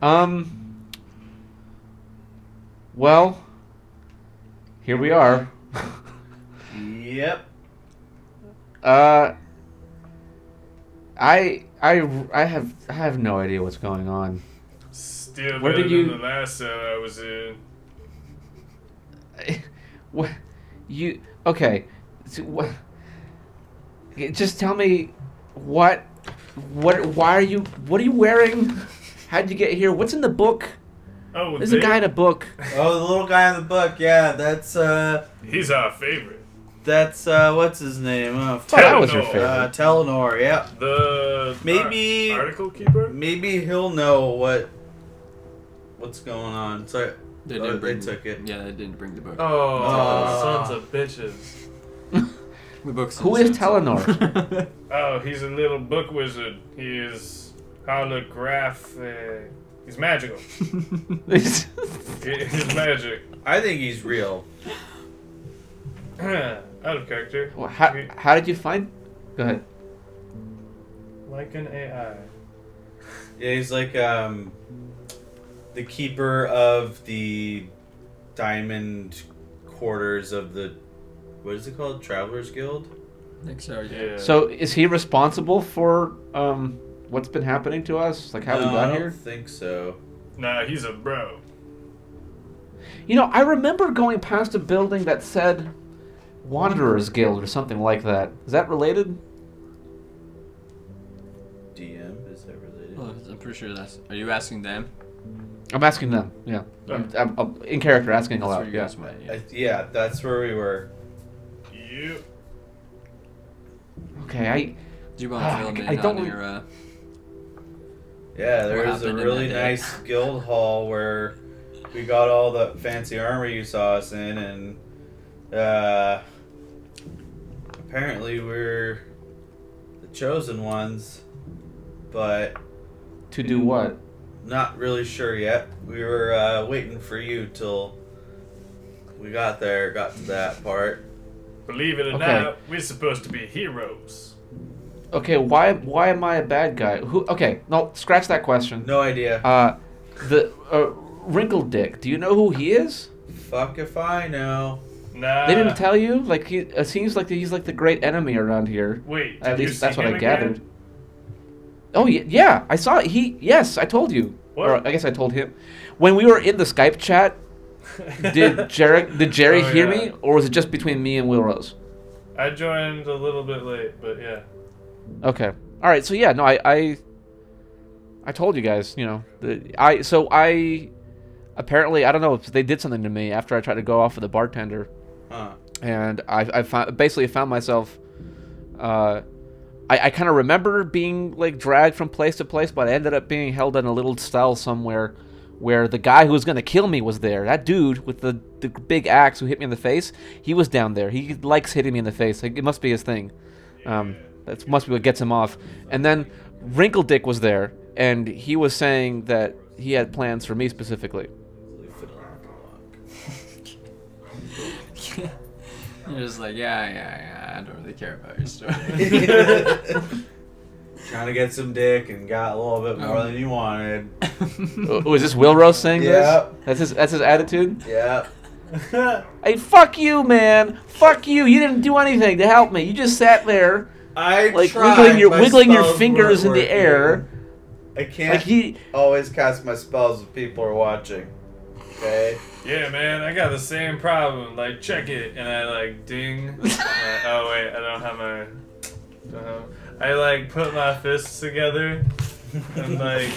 Um. Well, here we are. Yep. Uh. I I I have I have no idea what's going on. [LAUGHS] Still Where did better than you- the last cell I was in. What you okay? So what? Just tell me what what why are you what are you wearing? How'd you get here? What's in the book? Oh, There's a they- guy in a book. [LAUGHS] Oh, the little guy in the book. Yeah, that's uh, He's our favorite. that's uh, what's his name? Uh, Oh, that was your Telenor. favorite. uh, Telenor. Yeah. The Maybe- ar- article keeper. Maybe he'll know what what's going on. So They Oh, didn't they bring took it. Yeah, they didn't bring the book. Oh, Ah. sons of bitches. the book's Who in is the cell. [LAUGHS] Telenor? Oh, he's a little book wizard. He is holographic. He's magical. He- He's magic. [CLEARS THROAT] I think he's real. Out of character. Well, how, We- how did you find? Go ahead. Like an AI. Yeah, he's like um, the keeper of the diamond quarters of the what is it called? Travelers Guild. I think so, yeah. Yeah. So is he responsible for um what's been happening to us? Like how we No, I got don't here? think so. nah, he's a bro. You know, I remember going past a building that said Wanderers Guild or something like that. Is that related? DM is that related? Well, Oh, I'm pretty sure that's. Are you asking them? I'm asking them. Yeah, I'm, I'm, I'm in character asking That's a where lot. you Yeah. guys went. Yeah. I, yeah, that's where we were. Yep. Okay, I Do you want to Ah, fill me I in don't on re- your? Uh, Yeah, What there was a happened in really that day? nice guild hall where we got all the fancy armor you saw us in, and uh, apparently we're the chosen ones, but to do what? not really sure yet. We were uh, waiting for you till we got there, got to that part. Believe it or Okay. not, we're supposed to be heroes. Okay, why why am I a bad guy? Who? Okay, no, scratch that question. No idea. Uh, the uh, wrinkled dick. Do you know who he is? Fuck if I know. Nah. They Uh, didn't tell you. Like he it seems like he's like the great enemy around here. Wait. At did you least that's see what I him gathered. again? Oh yeah, yeah, I saw he. Yes, I told you. What? Or I guess I told him. When we were in the Skype chat, [LAUGHS] did Jerry did Jerry Oh, hear yeah. me, or was it just between me and Will Rose? I joined a little bit late, but yeah. Okay. All right. So yeah, no, I I, I told you guys, you know, the, I so I, apparently I don't know if they did something to me after I tried to go off with the bartender, Huh. and I I found, basically found myself, uh, I I kind of remember being like dragged from place to place, but I ended up being held in a little cell somewhere. Where the guy who was gonna kill me was there. That dude with the, the big axe who hit me in the face, he was down there. He likes hitting me in the face. Like, it must be his thing. Um, that must be what gets him off. And then Wrinkle Dick was there, and he was saying that he had plans for me specifically. You're just like, yeah, yeah, yeah. I don't really care about your story. Trying to get some dick and got a little bit more than you wanted. oh, oh, is this Will Rose saying Yeah. this? That's his. That's his attitude. Yeah. Hey, fuck you, man. Fuck you. You didn't do anything to help me. You just sat there I like tried wiggling your my wiggling your spells fingers in weren't the air. working. I can't Like he always cast my spells if people are watching. [LAUGHS] Okay. Yeah, man, I got the same problem. Like, check it, and I like ding. [LAUGHS] I'm like, oh wait, I don't have my. Don't have, I like put my fists together and like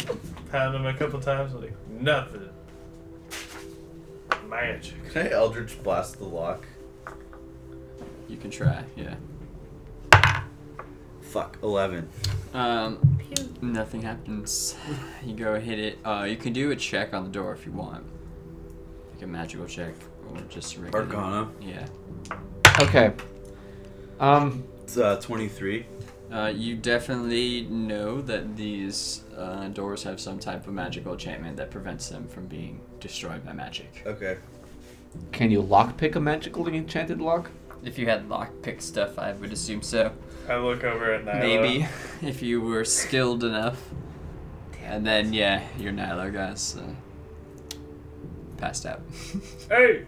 pound them a couple times. Like nothing. Magic. Can I Eldritch blast the lock? You can try, yeah. Fuck eleven. Um, nothing happens. You go hit it. Uh, you can do a check on the door if you want, like a magical check or just a regular. Arcana. Yeah. okay. Um, It's uh, twenty-three. Uh, you definitely know that these uh, doors have some type of magical enchantment that prevents them from being destroyed by magic. Okay. can you lockpick a magically enchanted lock? If you had lockpick stuff, I would assume so. I look over at Nyla. Maybe [LAUGHS] if you were skilled enough. And then yeah, your Nyla guys uh, passed out. Hey,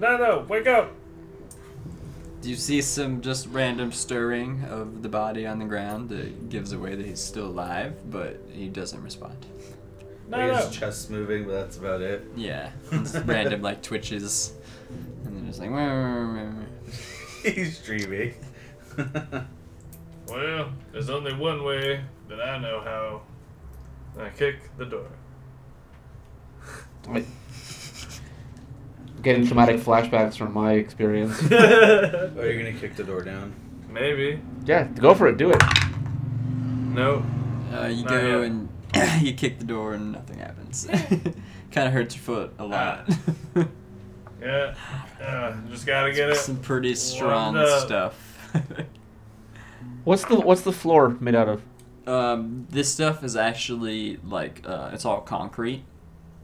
Nyla, wake up! Do you see some just random stirring of the body on the ground that gives away that he's still alive, but he doesn't respond? Like his Nyla. chest moving, but that's about it. [LAUGHS] Yeah, it's [LAUGHS] random like twitches, and then just like. "Wah, wah, wah, wah." He's dreaming. [LAUGHS] Well, there's only one way that I know how. And I kick the [LAUGHS] door. Like, Getting traumatic flashbacks from my [LAUGHS] experience. oh, you're gonna kick the door down. Maybe. yeah, go for it. Do it. Nope. Uh, you Not go yet. and [COUGHS] you kick the door and nothing happens. [LAUGHS] kind of hurts your foot a lot. Yeah. Uh, just gotta get [LAUGHS] it. Some pretty strong Warmed up. stuff. [LAUGHS] What's the what's the floor made out of? um, this stuff is actually like uh, it's all concrete,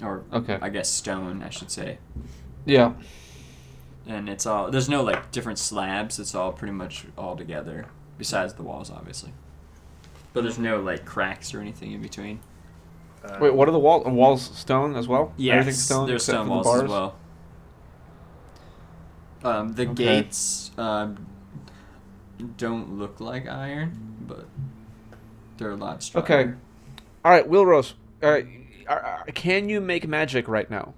or Okay. I guess stone, I should say. Yeah. and it's all there's no like different slabs it's all pretty much all together besides the walls obviously but there's no like cracks or anything in between Uh, Wait, what are the wall walls stone as well? Everything's yes stone there's except stone for the walls bars? as well um, the Okay. gates um, don't look like iron but they're a lot stronger Okay. All right, Wilros. Uh, are, are, can you make magic right now?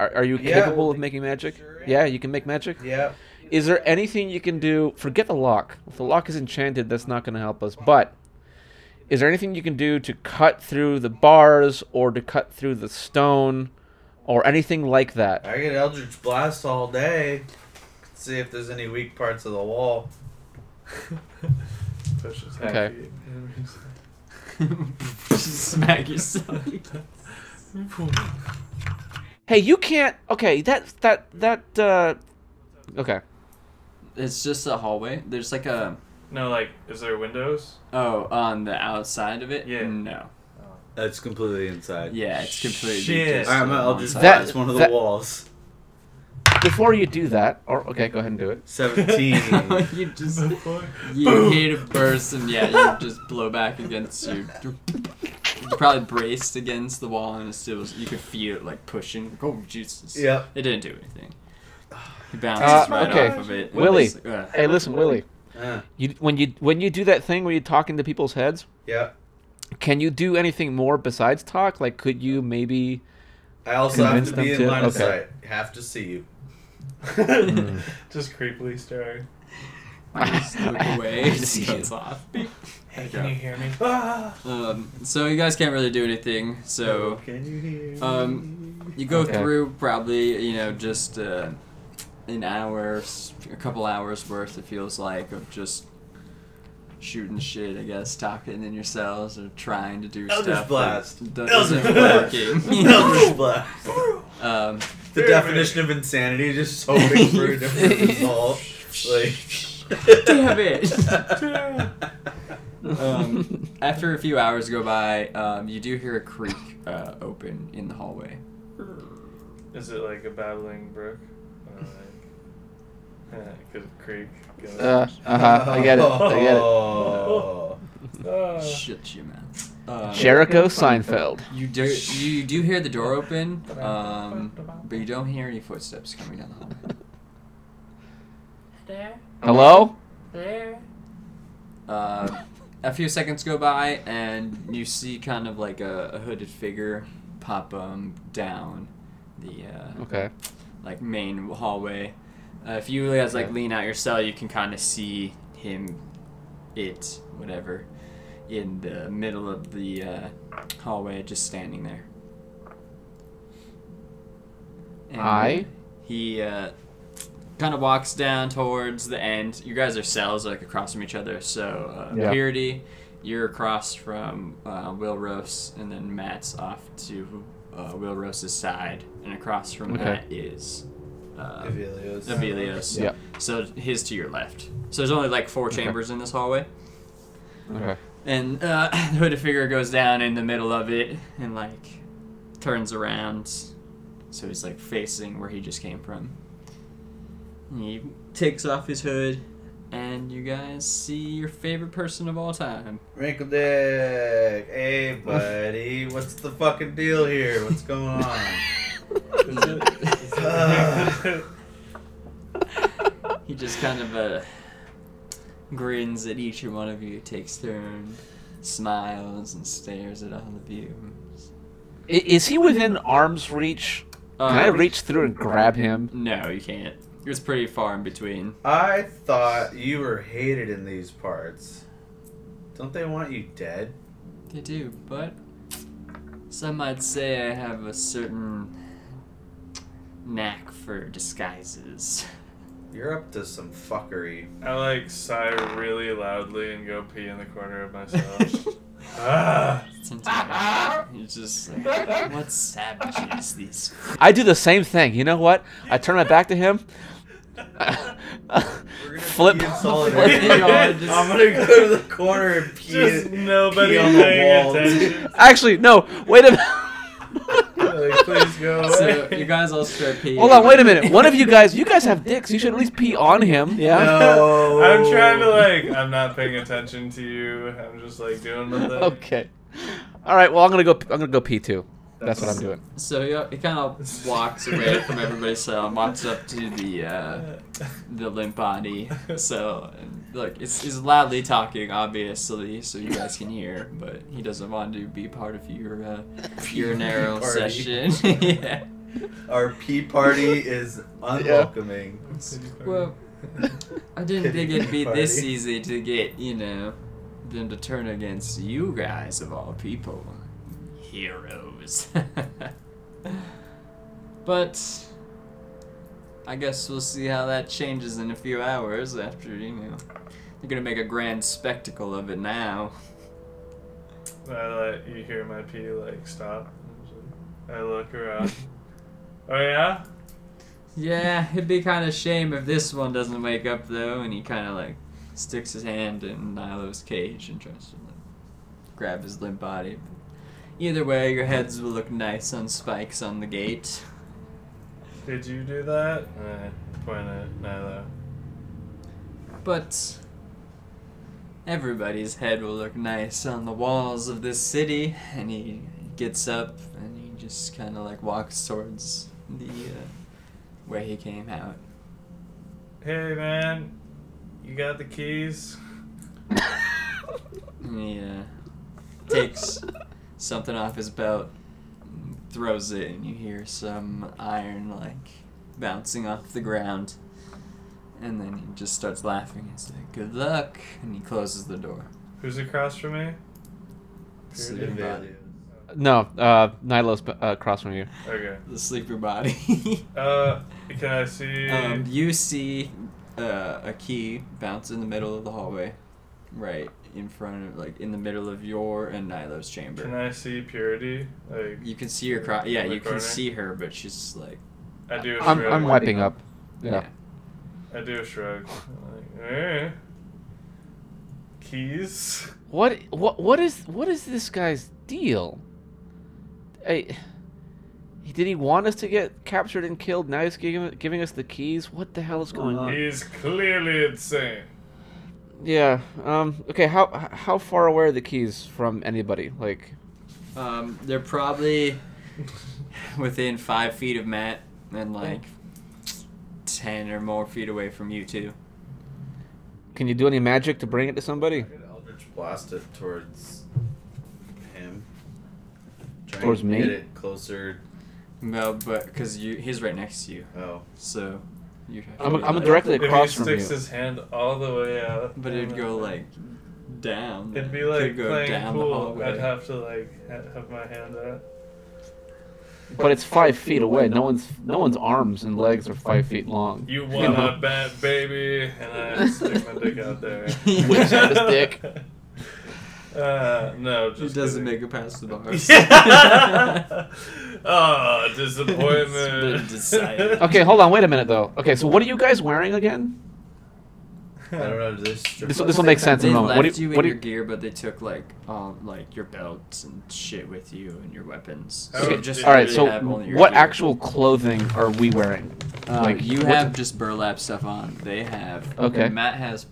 Are, are you Yeah. capable of making magic? Sure am. Yeah, you can make magic. Yeah. Is there anything you can do? Forget the lock. If the lock is enchanted, that's not going to help us. But is there anything you can do to cut through the bars or to cut through the stone or anything like that? I get Eldritch blast all day. See if there's any weak parts of the wall. Push his Okay. happy. Just smack yourself Hey, you can't. Okay, that that that. Uh, okay. [LAUGHS] it's just a hallway there's like a No, like, is there windows? oh on the outside of it Yeah. no That's completely inside. yeah it's completely Shit. just All right, my on Eldritch side. That- blast one of the that- walls. Before you do that, or okay, go ahead and do it. Seventeen. [LAUGHS] [LAUGHS] you just The fuck? you hit a person, yeah, you just blow back against you. You're probably braced against the wall, and it still you could feel it like pushing. Like, oh Jesus! Yep. it didn't do anything. He bounces Uh, right okay. off of it. and Willie. it's like, uh, Hey, listen, Willie. Uh, You when you when you do that thing where you talk into people's heads, yeah. can you do anything more besides talk? Like, could you maybe? I also have Convince to them be in to? line of Okay. sight. Have to see you. Mm. [LAUGHS] Just creepily staring. I just [LAUGHS] look away. it just See cuts off. Hey, go. can you hear me? Um, so you guys can't really do anything. So Can you hear? um, you go Okay. through probably you know just uh, an hour, s- a couple hours worth. It feels like of just shooting shit. I guess talking in yourselves or trying to do Eldritch stuff. blast. that do- Eldritch isn't blast. [LAUGHS] working. [LAUGHS] Eldritch blast. um, The Here, definition of insanity is [LAUGHS] just hoping for a different result. Like. damn it. [LAUGHS] um, after a few hours go by, um, you do hear a creak uh, open in the hallway. Is it like a babbling brook? Or like, uh, could creek? go- Uh huh. I get it. I get it. Oh. Ah. Shut your mouth. Um, Jericho Seinfeld. You do you do hear the door open, um, but you don't hear any footsteps coming down the hallway. There, Hello? there. Uh, a few seconds go by, and you see kind of like a, a hooded figure pop um, down the uh, Okay. like main hallway. Uh, if you guys like Okay. lean out your cell, you can kind of see him, it, whatever, in the middle of the uh, hallway, just standing there. And Hi. He uh, kind of walks down towards the end. You guys are cells like across from each other, so uh, Yeah. Purity, you're across from uh, Will Rose, and then Matt's off to uh, Will Rose's side, and across from Okay. that is uh, Avelios. Avelios. Yeah. So his to your left. So there's only like four chambers in this hallway. Okay. And uh, [LAUGHS] the hooded figure goes down in the middle of it and like turns around. So he's like facing where he just came from. And he takes off his hood, and you guys see your favorite person of all time. Wrinkle Dick. Hey, buddy. What's the fucking deal here? What's going on? [LAUGHS] ah. [LAUGHS] Ugh. He just kind of uh, grins at each one of you, takes turn, smiles, and stares at all of you. I- Is he within arm's reach? Uh, Can I reach through and grab him? No, you can't. It's pretty far in between. I thought you were hated in these parts. Don't they want you dead? They do, but some might say I have a certain knack for disguises. [LAUGHS] You're up to some fuckery. I like sigh really loudly and go pee in the corner of myself. ah, Sometimes [LAUGHS] it's just like, what savages [LAUGHS] these? I do the same thing. You know what? I turn my back to him. We're gonna Flip- pee in [LAUGHS] Flip the yard, solidarity. just- I'm gonna go to the corner and pee. just nobody pee on the paying walls. attention. Actually, no. Wait a minute. Like, please go [LAUGHS] away. So you guys all start peeing. Hold on. Wait a minute. One of you guys. You guys have dicks. You should at least pee on him. Yeah. No. I'm trying to like. I'm not paying attention to you. I'm just like doing [LAUGHS] my [LAUGHS] thing. Okay. All right. Well, I'm gonna go. I'm gonna go pee too. That's what I'm doing. So he, he kind of walks away from everybody's cell and walks up to the uh, the limp body. So look, it's, he's loudly talking, obviously, so you guys can hear, but he doesn't want to be part of your uh, your narrow Party. session. [LAUGHS] yeah. Our pee [LAUGHS] party is unwelcoming. Well, I didn't think it'd be Party. this easy to get you know them to turn against you guys of all people, heroes. [LAUGHS] but I guess we'll see how that changes in a few hours after you know. They're gonna make a grand spectacle of it now. I let you hear my pee like stop. I [LAUGHS] look around. Oh yeah. Yeah, it'd be kind of shame if this one doesn't wake up though, and he kind of like sticks his hand in Nilo's cage and tries to like, grab his limp body. Either way, your heads will look nice on spikes on the gate. Did you do that? And I point at Nilo. But everybody's head will look nice on the walls of this city. And he gets up and he just kind of like walks towards the uh, where he came out. Hey man, you got the keys? And He uh, takes something off his belt, and throws it, and you hear some iron like bouncing off the ground. And then he just starts laughing. He's like, "Good luck," and he closes the door. Who's across from me? Sleeping body. No. Uh, Nilo's uh, across from you. Okay. The sleeper body. [LAUGHS] Uh, can I see? um, you see uh, a key bounce in the middle of the hallway, right in front of, like, in the middle of your and Nilo's chamber. can I see Purity? Like you can see her cry. Yeah, In the you corner? can see her, but she's like. I do a I'm, shrug. I'm wiping up. Yeah. I do a shrug. I'm like, eh. Keys. What what what is what is this guy's deal? I, he- did he want us to get captured and killed? Now he's giving giving us the keys. What the hell is going Uh, on? He's clearly insane. Yeah. Um. Okay. How h- how far away are the keys from anybody? Like. Um, they're [LAUGHS] probably within five feet of Matt Oh. and like ten or more feet away from you two. Can you do any magic to bring it to somebody? Could Eldritch blast it towards him. Try Towards and me? Get it closer. No, but because you, he's right next to you, Oh, so you. have to I'm, be I'm like- [LAUGHS] directly If across he from sticks you. his hand all the way out, But it'd go like down. It'd be Could like go playing down the pool. hallway. I'd have to like ha- have my hand out. But it's five feet away. No one's no one's arms and legs are five feet long. [LAUGHS] [LAUGHS] You want [LAUGHS] know. a bat, baby? And [LAUGHS] I stick my dick out there. Whips out his dick. [LAUGHS] Uh, no, It just doesn't kidding. make it past the [LAUGHS] bars. [LAUGHS] oh, disappointment. It's been [LAUGHS] decided. Okay, hold on. Wait a minute though. Okay, so what are you guys wearing again? I don't know. This strip This this will make sense They in a moment. left What do you, you, what in do your you, gear, but they took like um like your belts and shit with you and your weapons. Okay, you just all right. really So have only your what gear. actual clothing are we wearing? Uh, like, you what's- have just burlap stuff on. They have. Okay. Matt has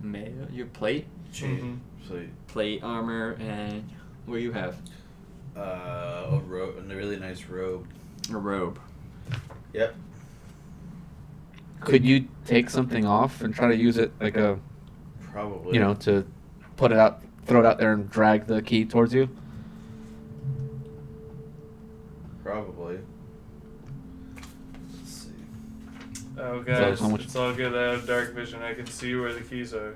mail, your plate, Mm-hmm. Mm-hmm. chain. So, plate armor, and what do you have? uh, a robe, and a really nice robe. A robe. Yep. Could you take something off and try to use it like a Probably. you know to put it out, throw it out there and drag the key towards you? Probably. Let's see. Oh, guys, how much- it's all good. I have dark vision. I can see where the keys are.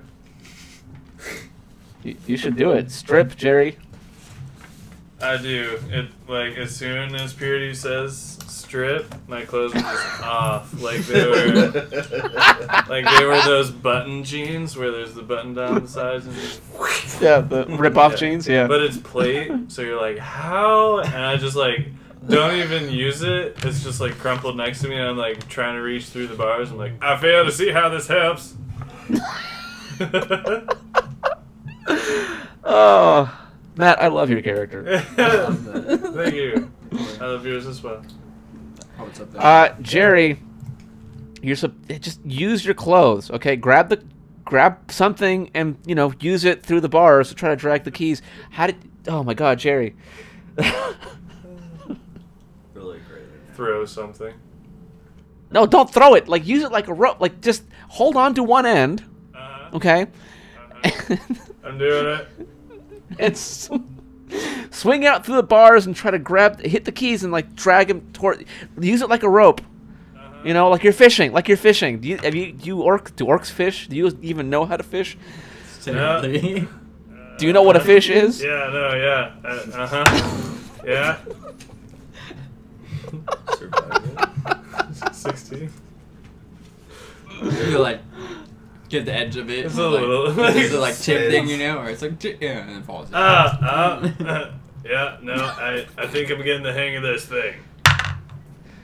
You, you should do it. Strip, Jerry. I do. It [LAUGHS] like [LAUGHS] as soon as purity says strip, my clothes were just off. Like they were [LAUGHS] like they were those button jeans where there's the button down the sides and just, Yeah, the [LAUGHS] rip off Yeah. jeans. Yeah. but it's plate, so you're like, How and I just like don't even use it. It's just like crumpled next to me and I'm like trying to reach through the bars. I'm like, I fail to see how this helps. [LAUGHS] oh, Matt, I love your character. Thank you. I love yours as well. Oh, it's up there. Uh, Jerry, you're sup- eh, just use your clothes. Okay, grab the grab something and you know use it through the bars to try to drag the keys. How did? Oh my God, Jerry. Really great. right now. Throw something. no, don't throw it. Like use it like a rope. Like just hold on to one end. Uh-huh. Okay. [LAUGHS] I'm doing it. and s- swing out through the bars and try to grab, hit the keys and like drag him toward. Use it like a rope. You know, like you're fishing, like you're fishing. Do you, have you, do you orc, do orcs fish? Do you even know how to fish? [LAUGHS] Apparently. Do you know what a fish is? Yeah, no, yeah. Uh huh. Yeah. Survival. 16. you like get the edge of it. It's and, a like, little- It's [LAUGHS] a, like chip thing, you know, or it's like chip, yeah, and it falls. Uh, uh, [LAUGHS] yeah, no, I, I think I'm getting the hang of this thing.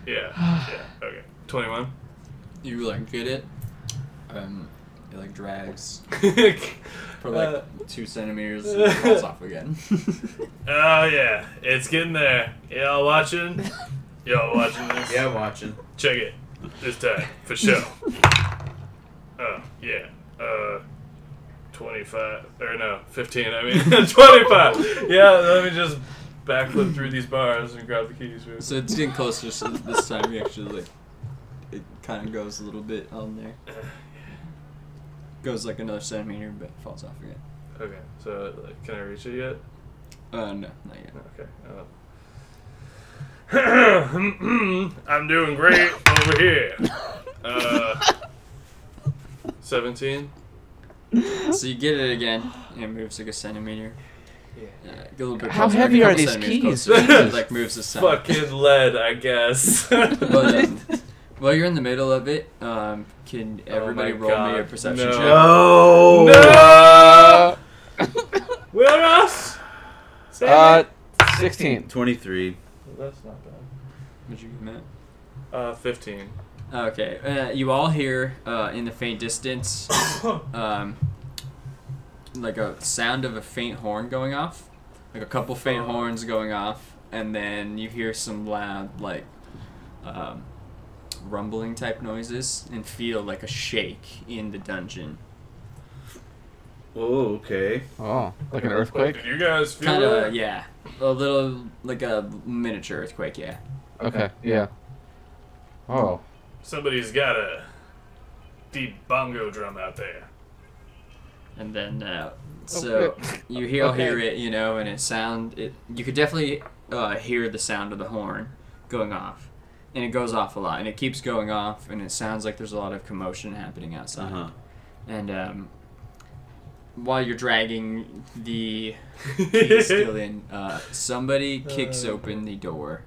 Yeah, yeah, okay. 21. you like get it. Um, it like [LAUGHS] drags for like Uh, two centimeters [LAUGHS] and it falls off again. [LAUGHS] oh, yeah, it's getting there. Y'all watching? Y'all watching this? Yeah, I'm watching. Check it. This time, for sure. oh, yeah. Uh, 25, or no, 15, I mean, [LAUGHS] 25. Yeah, let me just backflip through these bars and grab the keys. real so it's getting closer. So this time you actually like it kind of goes a little bit on there. Goes like another centimeter, but falls off again. quick. Okay, so like, can I reach it yet? Uh, no, not yet. Okay. Uh, [CLEARS THROAT] I'm doing great over here. Uh, 17? So you get it again, and it moves like a centimeter. Yeah. Uh, a little bit How closer, like a heavy couple are these centimeters keys? closer, [LAUGHS] and it, Jesus. like moves the sound. Fucking lead, I guess. But um, while you're in the middle of it, um, can everybody Oh my roll me a God. perception No. check? No. No! [LAUGHS] Will Ross? Say Uh, 16. Twenty-three. That's not bad. What'd you get, Matt? Uh, 15. Okay, uh, you all hear uh, in the faint distance, um, like a sound of a faint horn going off, like a couple faint horns going off, and then you hear some loud like um, rumbling type noises and feel like a shake in the dungeon. Oh, okay. Oh, like an earthquake? Did you guys feel Kind of that? yeah, a little like a miniature earthquake. Yeah. Okay, yeah. Oh. Somebody's got a deep bongo drum out there. and then uh, so you hear will hear it, you know, and it sound it. You could definitely uh, hear the sound of the horn going off, and it goes off a lot, and it keeps going off, and it sounds like there's a lot of commotion happening outside. Uh-huh. And um, while you're dragging the key still in, uh, somebody kicks open the door,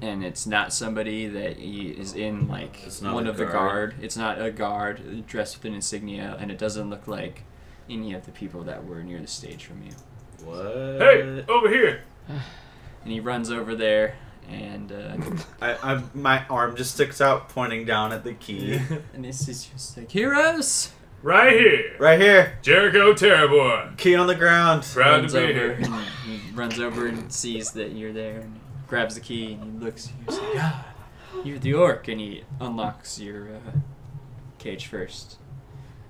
and it's not somebody that he is in like It's not one a of the guard. guard. It's not a guard dressed with an insignia, and it doesn't look like any of the people that were near the stage from you. What? Hey, over here. And he runs over there, and uh, I, I, my arm just sticks out, pointing down at the key. and this is just like heroes. Right here. right here, Jericho Terrabor. key on the ground. Proud runs to be over here. and he runs over and sees that you're there and grabs the key and he looks and he's like, ah, you're the orc and he unlocks your uh, cage first.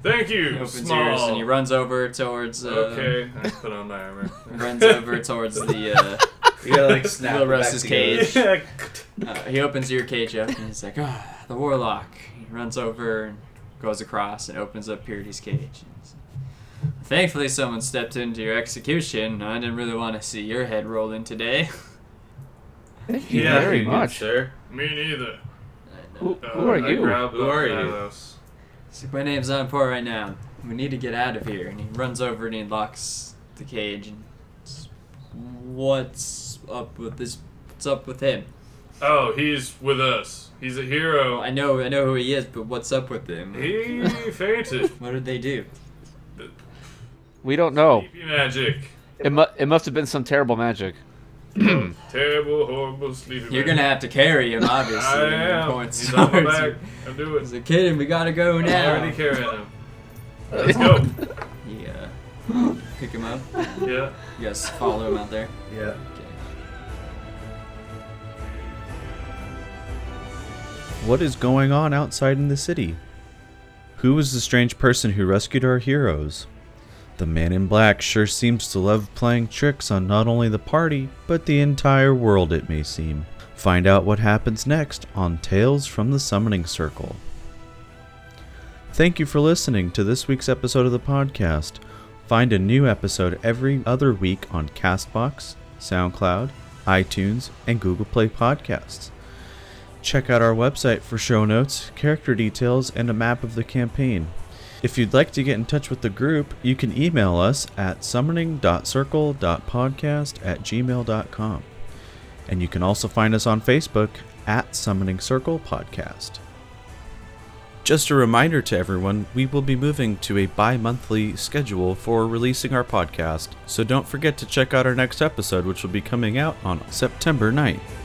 Thank He you, opens yours and small. he runs over towards uh, okay, I put on my [LAUGHS] armor. runs [LAUGHS] over towards the uh, You gotta like snap. Will it [LAUGHS] back Ross's together. cage. uh, he opens your cage up and he's like, ah, the warlock. He runs over and goes across and opens up Purity's cage. And he's like, Thankfully, someone stepped into your execution. I didn't really want to see your head rolling today. [LAUGHS] Thank you Yeah, very you did, much. sir. Me neither. Who, Uh, who are I you? grab Who are you? Nylos. He's like, my name's on par right now. We need to get out of here. And he runs over and he locks the cage. And s- what's up with this? What's up with him? Oh, he's with us. He's a hero. Oh, I know, I know who he is, but what's up with him? He fainted. What did they do? We don't know. Creepy magic. It, mu- it must have been some terrible magic. Terrible, horrible, sleepy. You're gonna have to carry him, obviously. [LAUGHS] I And he am. points He's on my towards back. you. I'm doing He's it. like, kid, we gotta go I'm now. already carrying [LAUGHS] him. Let's go. Yeah. Pick him up. Yeah. You guys follow him out [LAUGHS] there. Yeah. Okay. What is going on outside in the city? Who was the strange person who rescued our heroes? The man in black sure seems to love playing tricks on not only the party, but the entire world, it may seem. Find out what happens next on Tales from the Summoning Circle. Thank you for listening to this week's episode of the podcast. Find a new episode every other week on Castbox, SoundCloud, iTunes, and Google Play Podcasts. Check out our website for show notes, character details, and a map of the campaign. If you'd like to get in touch with the group, you can email us at summoning.circle.podcast at gmail.com. And you can also find us on Facebook at Summoning Circle Podcast. Just a reminder to everyone, we will be moving to a bi monthly schedule for releasing our podcast, so don't forget to check out our next episode, which will be coming out on September 9th.